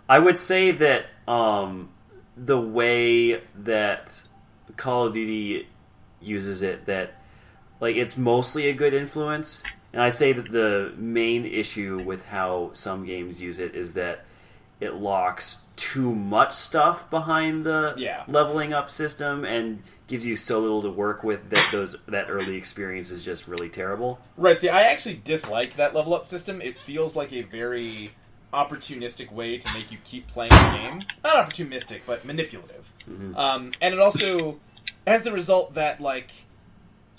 Speaker 3: I would say that um, the way that Call of Duty uses it, that like it's mostly a good influence, and I say that the main issue with how some games use it is that it locks too much stuff behind the
Speaker 2: Yeah.
Speaker 3: leveling up system and gives you so little to work with that those that early experience is just really terrible.
Speaker 2: Right. See, I actually dislike that level up system. It feels like a very opportunistic way to make you keep playing the game. Not opportunistic, but manipulative. Um, and it also has the result that like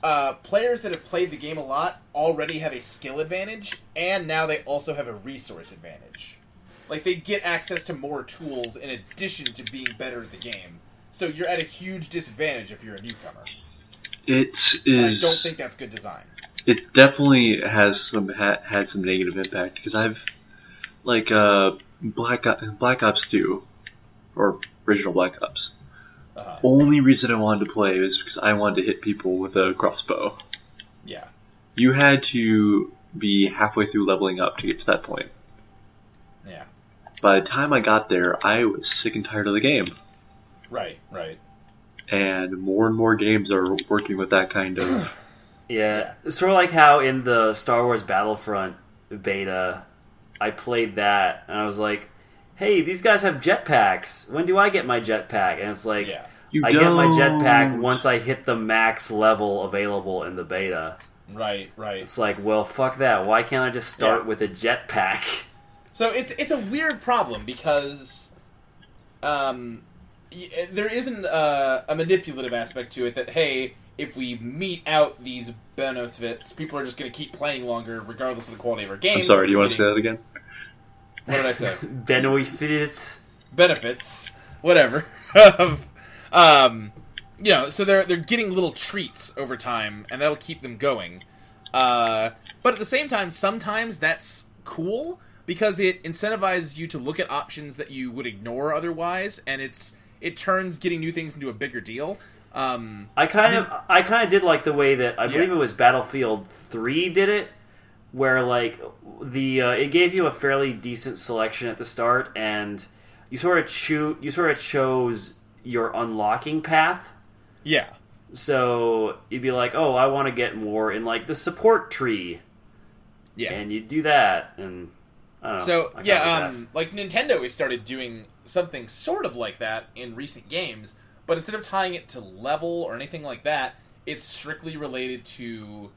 Speaker 2: uh, players that have played the game a lot already have a skill advantage, and now they also have a resource advantage. Like they get access to more tools in addition to being better at the game. So you're at a huge disadvantage if you're a newcomer.
Speaker 4: It
Speaker 2: And I
Speaker 4: is.
Speaker 2: don't think that's good design.
Speaker 4: it definitely has some ha- had some negative impact because I've like uh Black o- Black Ops Two or original Black Ops.
Speaker 2: Uh-huh.
Speaker 4: Only reason I wanted to play is because I wanted to hit people with a crossbow.
Speaker 2: Yeah.
Speaker 4: You had to be halfway through leveling up to get to that point.
Speaker 2: Yeah.
Speaker 4: By the time I got there, I was sick and tired of the game,
Speaker 2: Right. Right.
Speaker 4: and more and more games are working with that kind of.
Speaker 3: Yeah, sort of like how in the Star Wars Battlefront beta, I played that and I was like, hey, these guys have jetpacks. When do I get my jetpack? And it's like,
Speaker 2: Yeah.
Speaker 4: You
Speaker 3: I get my
Speaker 4: don't.
Speaker 3: jetpack once I hit the max level available in the beta.
Speaker 2: Right, right.
Speaker 3: It's like, well, fuck that. Why can't I just start
Speaker 2: Yeah.
Speaker 3: with a jetpack?
Speaker 2: So it's it's a weird problem because um, y- there isn't uh, a, a manipulative aspect to it that hey, if we meet out these benefits, people are just going to keep playing longer regardless of the quality of our game.
Speaker 4: I'm sorry. Do you want to say that again?
Speaker 2: What did I say?
Speaker 3: Benoit fit.
Speaker 2: benefits, whatever. of, um, you know, so they're they're getting little treats over time, and that'll keep them going. Uh, but at the same time, sometimes that's cool because it incentivizes you to look at options that you would ignore otherwise, and it's it turns getting new things into a bigger deal. Um,
Speaker 3: I kind of, I kind of did like the way that I believe
Speaker 2: Yeah.
Speaker 3: it was Battlefield Three did it, where like the uh, it gave you a fairly decent selection at the start, and you sort of choo- you sort of chose your unlocking path.
Speaker 2: yeah,
Speaker 3: So you'd be like, oh, I want to get more in like the support tree,
Speaker 2: yeah.
Speaker 3: and you do that, and I don't know.
Speaker 2: So
Speaker 3: I kinda
Speaker 2: yeah,
Speaker 3: like that.
Speaker 2: um, like Nintendo has started doing something sort of like that in recent games, but instead of tying it to level or anything like that, it's strictly related to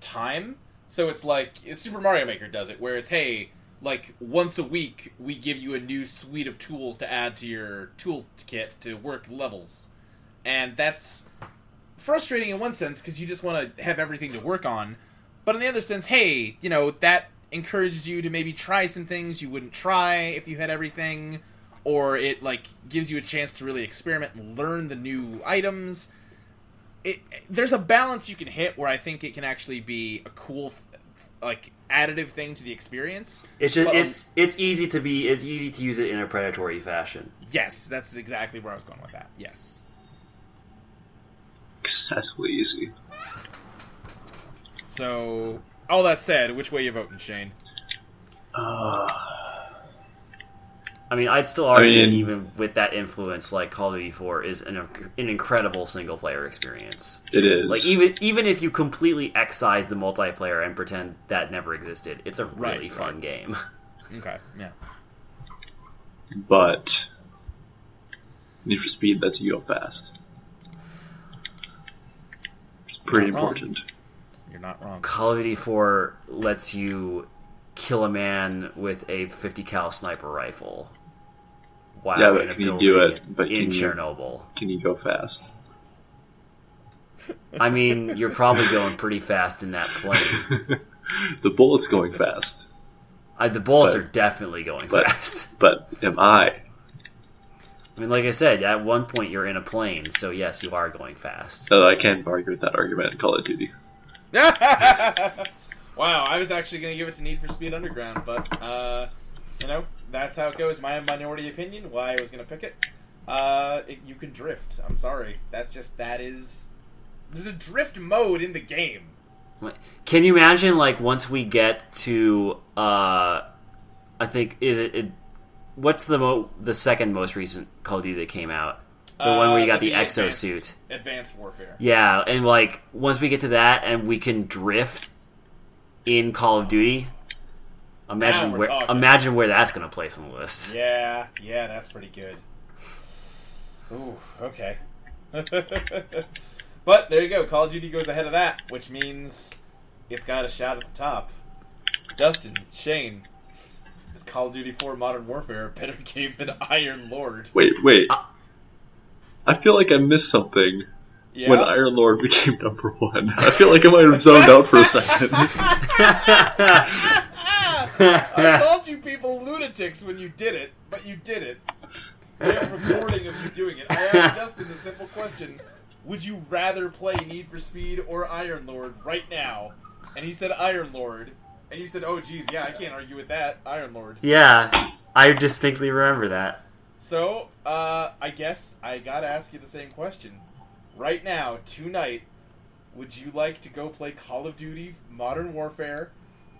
Speaker 2: time. So it's like Super Mario Maker does it, where it's hey, like once a week we give you a new suite of tools to add to your tool kit to work levels, and that's frustrating in one sense because you just want to have everything to work on. But in the other sense, hey, you know, that encourages you to maybe try some things you wouldn't try if you had everything, or it like gives you a chance to really experiment and learn the new items. It, there's a balance you can hit where I think it can actually be a cool, like additive thing to the experience.
Speaker 3: it's just
Speaker 2: but, um,
Speaker 3: it's it's easy to be it's easy to use it in a predatory fashion.
Speaker 2: Yes, that's exactly where I was going with that. Yes.
Speaker 4: Excessively easy.
Speaker 2: So all that said, which way you voting, Shane?
Speaker 4: Uh,
Speaker 3: I mean, I'd still argue
Speaker 4: mean-
Speaker 3: even with that influence, like Call of Duty Four is an, an incredible single player experience.
Speaker 4: it is.
Speaker 3: Like even even if you completely excise the multiplayer and pretend that never existed, it's a
Speaker 2: Right,
Speaker 3: really fun
Speaker 2: right.
Speaker 3: game.
Speaker 2: Okay. Yeah.
Speaker 4: but Need for Speed, that's you go fast. It's pretty
Speaker 2: Not wrong.
Speaker 4: important.
Speaker 2: You're not wrong.
Speaker 3: Call of Duty Four lets you kill a man with a fifty cal sniper rifle. Wow!
Speaker 4: Yeah, but can you do it? But
Speaker 3: in
Speaker 4: can you-
Speaker 3: Chernobyl,
Speaker 4: Can you go fast?
Speaker 3: I mean, you're probably going pretty fast in that plane.
Speaker 4: The bullet's going fast,
Speaker 3: I, the bullets
Speaker 4: But-
Speaker 3: are definitely going
Speaker 4: but-
Speaker 3: fast.
Speaker 4: but am I?
Speaker 3: I mean, like I said, at one point you're in a plane, so yes, you are going fast.
Speaker 4: Although Uh, I can't argue with that argument in Call of Duty.
Speaker 2: wow, I was actually going to give it to Need for Speed Underground, but uh, you know that's how it goes. My minority opinion. Why I was going to pick it. Uh, it, you can drift. I'm sorry. That's just that is. There's a drift mode in the game.
Speaker 3: Can you imagine, like, once we get to, uh, I think, is it, it what's the mo- the second most recent Call of Duty that came out? The one where you
Speaker 2: Uh,
Speaker 3: got the
Speaker 2: the Advanced.
Speaker 3: exosuit.
Speaker 2: Advanced Warfare.
Speaker 3: Yeah, and, like, once we get to that and we can drift in Call of Duty, imagine
Speaker 2: we're
Speaker 3: where
Speaker 2: talking.
Speaker 3: imagine where that's going to place on the list.
Speaker 2: Yeah, yeah, that's pretty good. Ooh, okay. but there you go. Call of Duty goes ahead of that, which means it's got a shot at the top. Dustin, Shane, is Call of Duty 4 Modern Warfare a better game than Iron Lord?
Speaker 4: Wait, wait.
Speaker 3: Ah.
Speaker 4: I feel like I missed something
Speaker 2: Yeah.
Speaker 4: when Iron Lord became number one. I feel like I might have zoned out for a second.
Speaker 2: I called you people lunatics when you did it, but you did it. We have a recording of you doing it. I asked Dustin the simple question Would you rather play Need for Speed or Iron Lord right now? And he said Iron Lord. And you said, Oh, geez, yeah, I can't argue with that. Iron Lord.
Speaker 3: Yeah, I distinctly remember that.
Speaker 2: So, uh, I guess I gotta ask you the same question. Right now, tonight, would you like to go play Call of Duty Modern Warfare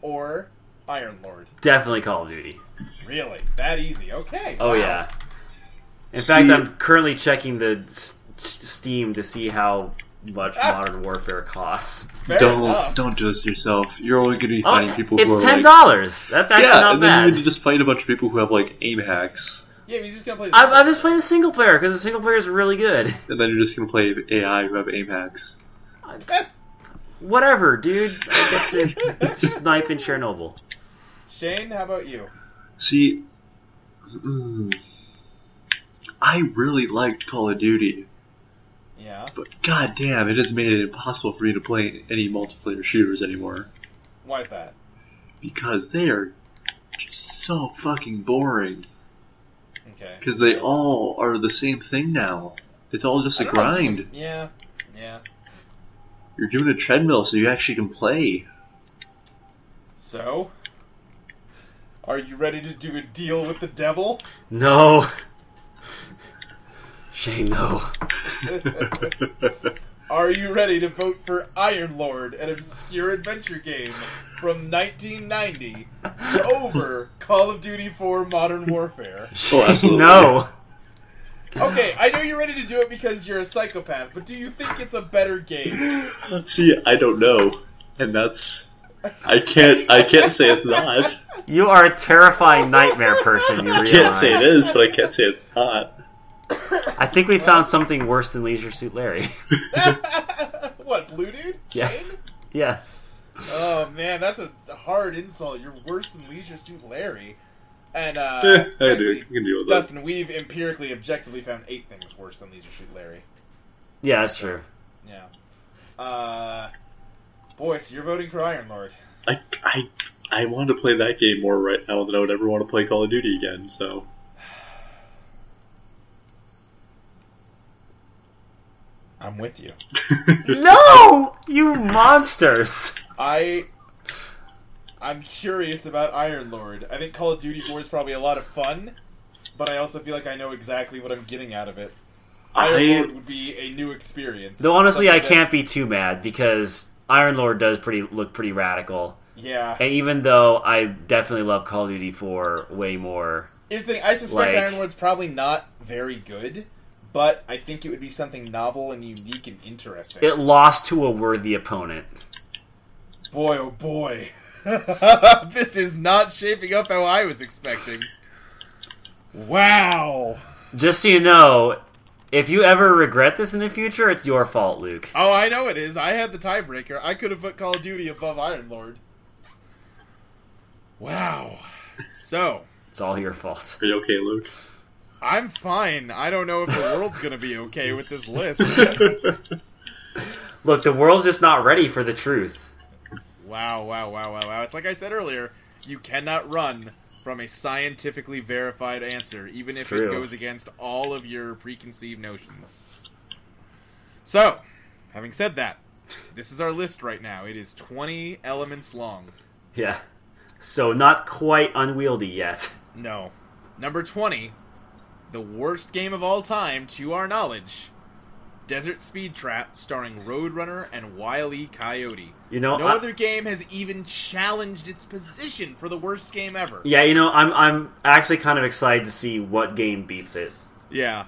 Speaker 2: or Iron Lord?
Speaker 3: Definitely Call of Duty.
Speaker 2: Really? That easy? Okay.
Speaker 3: Oh
Speaker 2: wow.
Speaker 3: yeah. In
Speaker 4: See-
Speaker 3: fact, I'm currently checking the S- S- Steam to see how much
Speaker 4: Ah.
Speaker 3: Modern Warfare costs.
Speaker 2: Fair
Speaker 4: don't
Speaker 2: enough.
Speaker 4: don't do this to yourself. You're only going to be
Speaker 3: Oh,
Speaker 4: fighting people who are
Speaker 3: it's ten
Speaker 4: like,
Speaker 3: dollars. That's actually
Speaker 4: yeah,
Speaker 3: not
Speaker 4: and then you
Speaker 3: bad.
Speaker 4: need to just fight a bunch of people who have like aim hacks,
Speaker 2: Yeah, he's just gonna play.
Speaker 3: I've, I've just played the single player because the single player is really good.
Speaker 4: and then you're just going to play AI who have aim hacks.
Speaker 3: Whatever, dude. I get to snipe in Chernobyl.
Speaker 2: Shane, how about you?
Speaker 4: See, mm, I really liked Call of Duty,
Speaker 2: Yeah.
Speaker 4: but goddamn, it has made it impossible for me to play any multiplayer shooters anymore
Speaker 2: Why is that?
Speaker 4: because they are just so fucking boring.
Speaker 2: Okay.
Speaker 4: Because they all are the same thing now. It's all just a
Speaker 2: I don't know.
Speaker 4: grind.
Speaker 2: Yeah. Yeah.
Speaker 4: You're doing a treadmill so you actually can play.
Speaker 2: So, are you ready to do a deal with the devil?
Speaker 3: No. Shane, no.
Speaker 2: Are you ready to vote for Iron Lord, an obscure adventure game from 1990, over Call of Duty 4 Modern Warfare?
Speaker 4: Oh, absolutely.
Speaker 3: No.
Speaker 2: Okay, I know you're ready to do it because you're a psychopath, but do you think it's a better game?
Speaker 4: See, I don't know, and that's I can't I can't say it's not.
Speaker 3: You are a terrifying nightmare person, you
Speaker 4: I
Speaker 3: realize.
Speaker 4: can't say it is, but I can't say it's not.
Speaker 3: I think we found something worse than Leisure Suit Larry.
Speaker 2: what, Blue Dude?
Speaker 3: Yes.
Speaker 2: Shane?
Speaker 3: Yes.
Speaker 2: Oh man, that's a hard insult. You're worse than Leisure Suit Larry. And uh,
Speaker 4: I do. You can deal with that.
Speaker 2: Dustin, we've empirically, objectively found eight things worse than Leisure Suit Larry.
Speaker 3: Yeah, that's true.
Speaker 2: Yeah. Uh, boy, so you're voting for Iron Lord.
Speaker 4: I, I I want to play that game more right now than I would ever want to play Call of Duty again. So
Speaker 2: I'm with you.
Speaker 3: No! You monsters!
Speaker 2: I. I'm curious about Iron Lord. I think Call of Duty 4 is probably a lot of fun, but I also feel like I know exactly what I'm getting out of it. Iron
Speaker 4: I
Speaker 2: Lord would be a new experience.
Speaker 3: Though honestly, I
Speaker 2: Something that-
Speaker 3: can't be too mad because Iron Lord does pretty look pretty radical.
Speaker 2: Yeah.
Speaker 3: And even though I definitely love Call of Duty 4 way more,
Speaker 2: Here's the thing. I suspect
Speaker 3: Like-
Speaker 2: Iron Lord's probably not very good, but I think it would be something novel and unique and interesting.
Speaker 3: it lost to a worthy opponent.
Speaker 2: boy, oh boy. this is not shaping up how I was expecting. Wow.
Speaker 3: Just so you know, if you ever regret this in the future, it's your fault, Luke.
Speaker 2: Oh, I know it is. I had the tiebreaker. I could have put Call of Duty above Iron Lord. Wow. So,
Speaker 3: It's all your fault.
Speaker 4: are you okay, Luke?
Speaker 2: I'm fine. I don't know if the world's going to be okay with this list.
Speaker 3: Look, the world's just not ready for the truth.
Speaker 2: Wow, wow, wow, wow, wow. It's like I said earlier, you cannot run from a scientifically verified answer, even if it
Speaker 3: True.
Speaker 2: goes against all of your preconceived notions. So, having said that, this is our list right now. It is 20 elements long.
Speaker 3: Yeah. So not quite unwieldy yet.
Speaker 2: No. Number 20, the worst game of all time to our knowledge Desert Speed Trap, starring Roadrunner and Wile E. Coyote.
Speaker 3: You know,
Speaker 2: No
Speaker 3: I-
Speaker 2: other game has even challenged its position for the worst game ever.
Speaker 3: yeah, you know, I'm I'm actually kind of excited to see what game beats it.
Speaker 2: Yeah.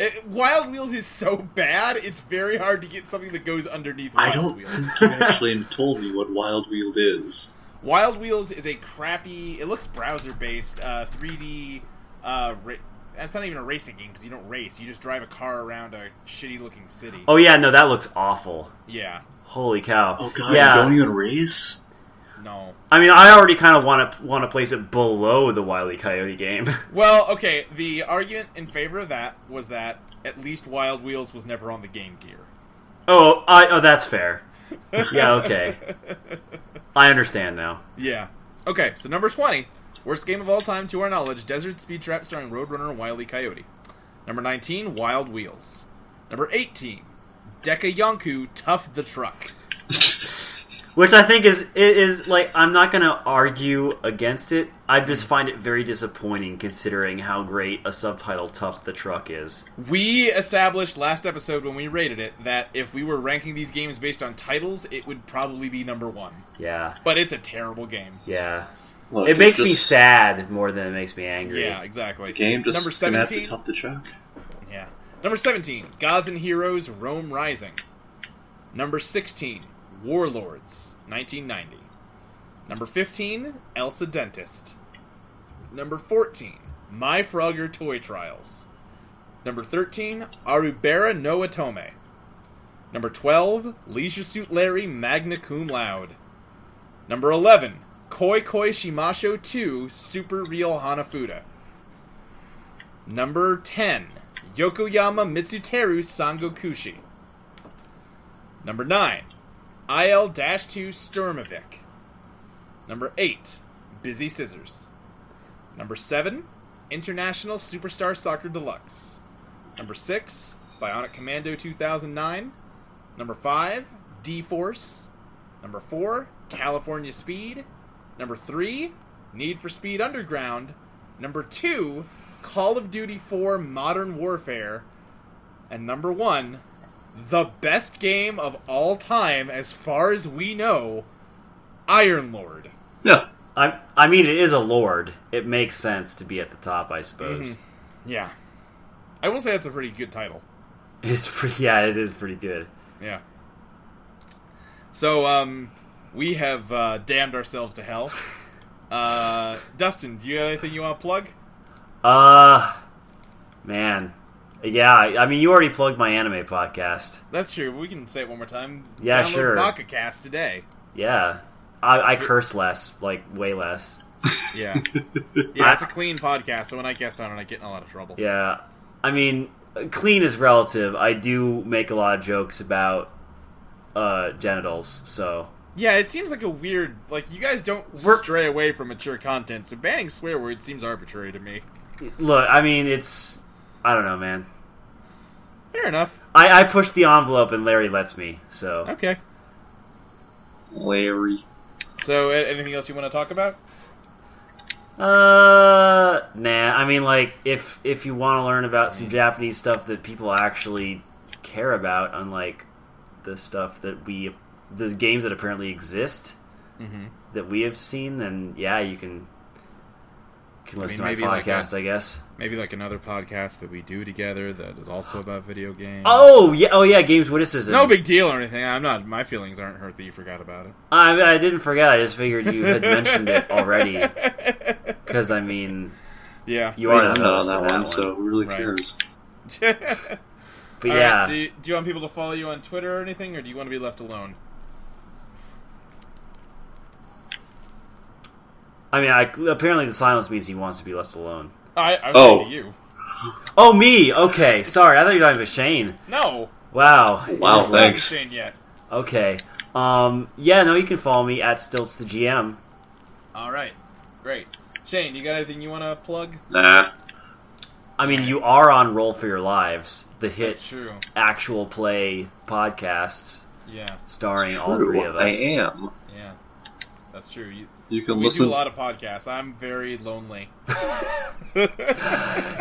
Speaker 2: It, Wild Wheels is so bad, it's very hard to get something that goes underneath Wild
Speaker 4: I don't
Speaker 2: Wheels.
Speaker 4: think you actually told me what Wild Wield is.
Speaker 2: Wild Wheels is a crappy, it looks browser based, uh, 3D. Uh, ra- that's not even a racing game because you don't race, you just drive a car around a shitty looking city.
Speaker 3: Oh yeah, no, that looks awful.
Speaker 2: Yeah.
Speaker 3: Holy cow.
Speaker 4: Oh god,
Speaker 3: yeah.
Speaker 4: you don't even race.
Speaker 2: No.
Speaker 3: I mean, I already kind of want to want to place it below the Wile E. Coyote game.
Speaker 2: Well, okay, the argument in favor of that was that at least Wild Wheels was never on the Game Gear.
Speaker 3: oh, I, oh, that's fair. Yeah, okay. I understand now.
Speaker 2: Yeah. Okay, so number 20. Worst game of all time to our knowledge Desert Speed Trap starring Roadrunner and Wile E. Coyote. Number 19, Wild Wheels. Number 18, Deka Yonku Tough the Truck.
Speaker 3: Which I think is it is like I'm not going to argue against it. I just find it very disappointing considering how great a subtitle "Tough the Truck" is.
Speaker 2: We established last episode when we rated it that if we were ranking these games based on titles, it would probably be number one.
Speaker 3: Yeah,
Speaker 2: But it's a terrible game.
Speaker 3: yeah.
Speaker 4: Look,
Speaker 3: It
Speaker 4: it's
Speaker 3: makes me
Speaker 4: just-
Speaker 3: sad more than it makes me angry.
Speaker 2: Yeah, exactly.
Speaker 4: The game just
Speaker 2: number
Speaker 4: gonna have to
Speaker 2: 17.
Speaker 4: tough the truck.
Speaker 2: Yeah. Number 17, Gods and Heroes Rome Rising. Number 16, Warlords, 1990. Number 15, Elsa Dentist. Number 14, My Frogger Toy Trials. Number 13, Arubera no Atome. Number 12, Leisure Suit Larry Magna Cum Laude. Number 11, Koi Koi Shimasho 2 Super Real Hanafuda. Number 10, Yokoyama Mitsuteru Sangokushi. Number 9, IL 2 Sturmovik. Number 8, Busy Scissors. Number 7, International Superstar Soccer Deluxe. Number 6, Bionic Commando 2009. Number 5, D Force. Number 4, California Speed. Number 3, Need for Speed Underground. Number 2, Call of Duty 4 Modern Warfare. And number 1, the best game of all time, as far as we know, Iron Lord.
Speaker 4: Yeah.
Speaker 3: I I mean, it is a lord. It makes sense to be at the top, I suppose.
Speaker 2: Yeah. I will say that's a pretty good title.
Speaker 3: It's pretty, yeah, it is pretty good.
Speaker 2: Yeah. So, um, we have uh, damned ourselves to hell. Uh, Dustin, do you have anything you want to plug?
Speaker 3: Uh, man, yeah. I I mean, you already plugged my anime podcast.
Speaker 2: That's true. We can say it one more time.
Speaker 3: Yeah,
Speaker 2: Download
Speaker 3: sure.
Speaker 2: BakaCast today.
Speaker 3: Yeah, I, I curse less, like way less.
Speaker 2: Yeah. yeah, it's a clean podcast, so when I guest on it, I get in a lot of trouble.
Speaker 3: Yeah, I mean, clean is relative. I do make a lot of jokes about uh genitals, so
Speaker 2: Yeah, it seems like a weird like you guys don't
Speaker 3: We're-
Speaker 2: stray away from mature content, so banning swear words seems arbitrary to me.
Speaker 3: look. I mean, it's I don't know, man.
Speaker 2: Fair enough.
Speaker 3: I, I push the envelope and Larry lets me. So
Speaker 2: Okay.
Speaker 4: Larry.
Speaker 2: So, a- anything else you want to talk about?
Speaker 3: Uh, nah. I mean, like, if if you want to learn about some Japanese stuff that people actually care about, unlike the stuff that we, the games that apparently exist
Speaker 2: Mhm.
Speaker 3: that we have seen, then yeah, you can can listen
Speaker 2: mean,
Speaker 3: to
Speaker 2: maybe
Speaker 3: my
Speaker 2: like
Speaker 3: podcast,
Speaker 2: a-
Speaker 3: I guess.
Speaker 2: Maybe like another podcast that we do together that is also about video games.
Speaker 3: Oh yeah, oh yeah, games witticism.
Speaker 2: no big deal or anything. I'm not. My feelings aren't hurt that you forgot about
Speaker 3: I, I didn't forget. I just figured you had mentioned it already.
Speaker 2: it.
Speaker 3: Because I mean,
Speaker 2: yeah.
Speaker 3: you
Speaker 4: I
Speaker 3: are
Speaker 4: mean, I'm
Speaker 3: the
Speaker 4: not on
Speaker 3: host
Speaker 4: that,
Speaker 3: of
Speaker 4: one, so who really
Speaker 2: Right.
Speaker 4: cares?
Speaker 3: But
Speaker 2: All right,
Speaker 3: yeah,
Speaker 2: do, you, do you want people to follow you on Twitter or anything, or do you want to be left alone?
Speaker 3: I mean, I, apparently the silence means he wants to be left alone.
Speaker 2: I, I was
Speaker 4: Oh.
Speaker 2: saying to you.
Speaker 3: Oh, me. Okay, sorry. I thought you were talking about Shane.
Speaker 2: No.
Speaker 3: Wow.
Speaker 4: Wow,
Speaker 2: We're not
Speaker 4: Oh, thanks.
Speaker 2: insane yet.
Speaker 3: Okay. Um. Yeah. No, you can follow me at Stilts the GM.
Speaker 2: All right. Great. Shane, you got anything you want to plug?
Speaker 4: Nah.
Speaker 3: I mean, you are on Roll for Your Lives, the hit
Speaker 2: That's true.
Speaker 3: actual play podcasts
Speaker 2: Yeah.
Speaker 3: starring
Speaker 4: It's
Speaker 3: all
Speaker 4: true,
Speaker 3: three of
Speaker 4: I
Speaker 3: us.
Speaker 4: am.
Speaker 2: Yeah. That's true. You,
Speaker 4: You can
Speaker 2: we
Speaker 4: listen.
Speaker 2: do a lot of podcasts. I'm very lonely.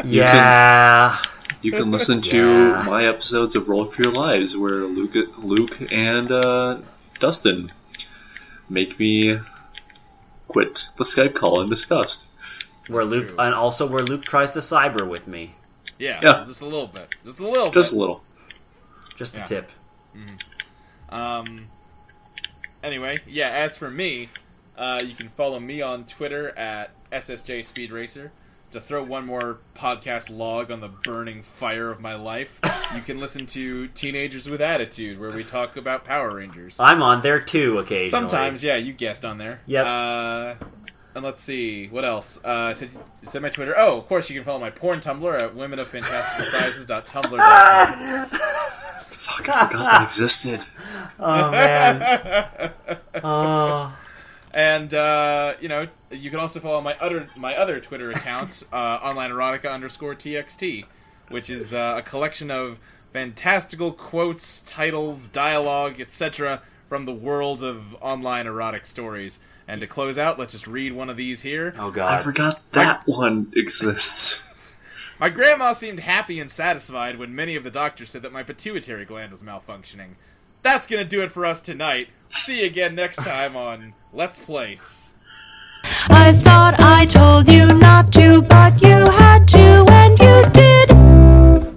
Speaker 3: Yeah.
Speaker 4: You can listen to
Speaker 3: Yeah.
Speaker 4: my episodes of Roll for Your Lives, where Luke, Luke and uh, Dustin make me quit the Skype call in disgust.
Speaker 3: Where Luke,
Speaker 2: true.
Speaker 3: and also where Luke tries to cyber with me.
Speaker 2: Yeah,
Speaker 4: Yeah.
Speaker 2: just a little bit. Just a little
Speaker 4: Just a
Speaker 2: bit.
Speaker 4: little.
Speaker 3: Just a
Speaker 2: Yeah.
Speaker 3: tip.
Speaker 2: Um, anyway, yeah, as for me, uh, you can follow me on Twitter at SSJ Speed Racer. To throw one more podcast log on the burning fire of my life, you can listen to Teenagers with Attitude, where we talk about Power Rangers.
Speaker 3: I'm on there too occasionally.
Speaker 2: Sometimes, yeah, you guessed on there.
Speaker 3: Yep.
Speaker 2: Uh, and let's see what else. Uh, I said, I said my Twitter. Oh, of course, you can follow my porn Tumblr at womenoffantasticalsizes.tumblr.com.
Speaker 4: Fuck, I forgot that existed.
Speaker 3: Oh man. Oh.
Speaker 2: and uh, you know, you can also follow my other my other Twitter account, uh, online erotica underscore txt, which is uh, a collection of fantastical quotes, titles, dialogue, etc., from the world of online erotic stories. And to close out, let's just read one of these here.
Speaker 3: Oh
Speaker 4: I
Speaker 3: god.
Speaker 4: forgot that one exists.
Speaker 2: My grandma seemed happy and satisfied when many of the doctors said that my pituitary gland was malfunctioning. That's gonna do it for us tonight. See you again next time on Let's Place.
Speaker 1: I thought I told you not to, but you had to, and you did.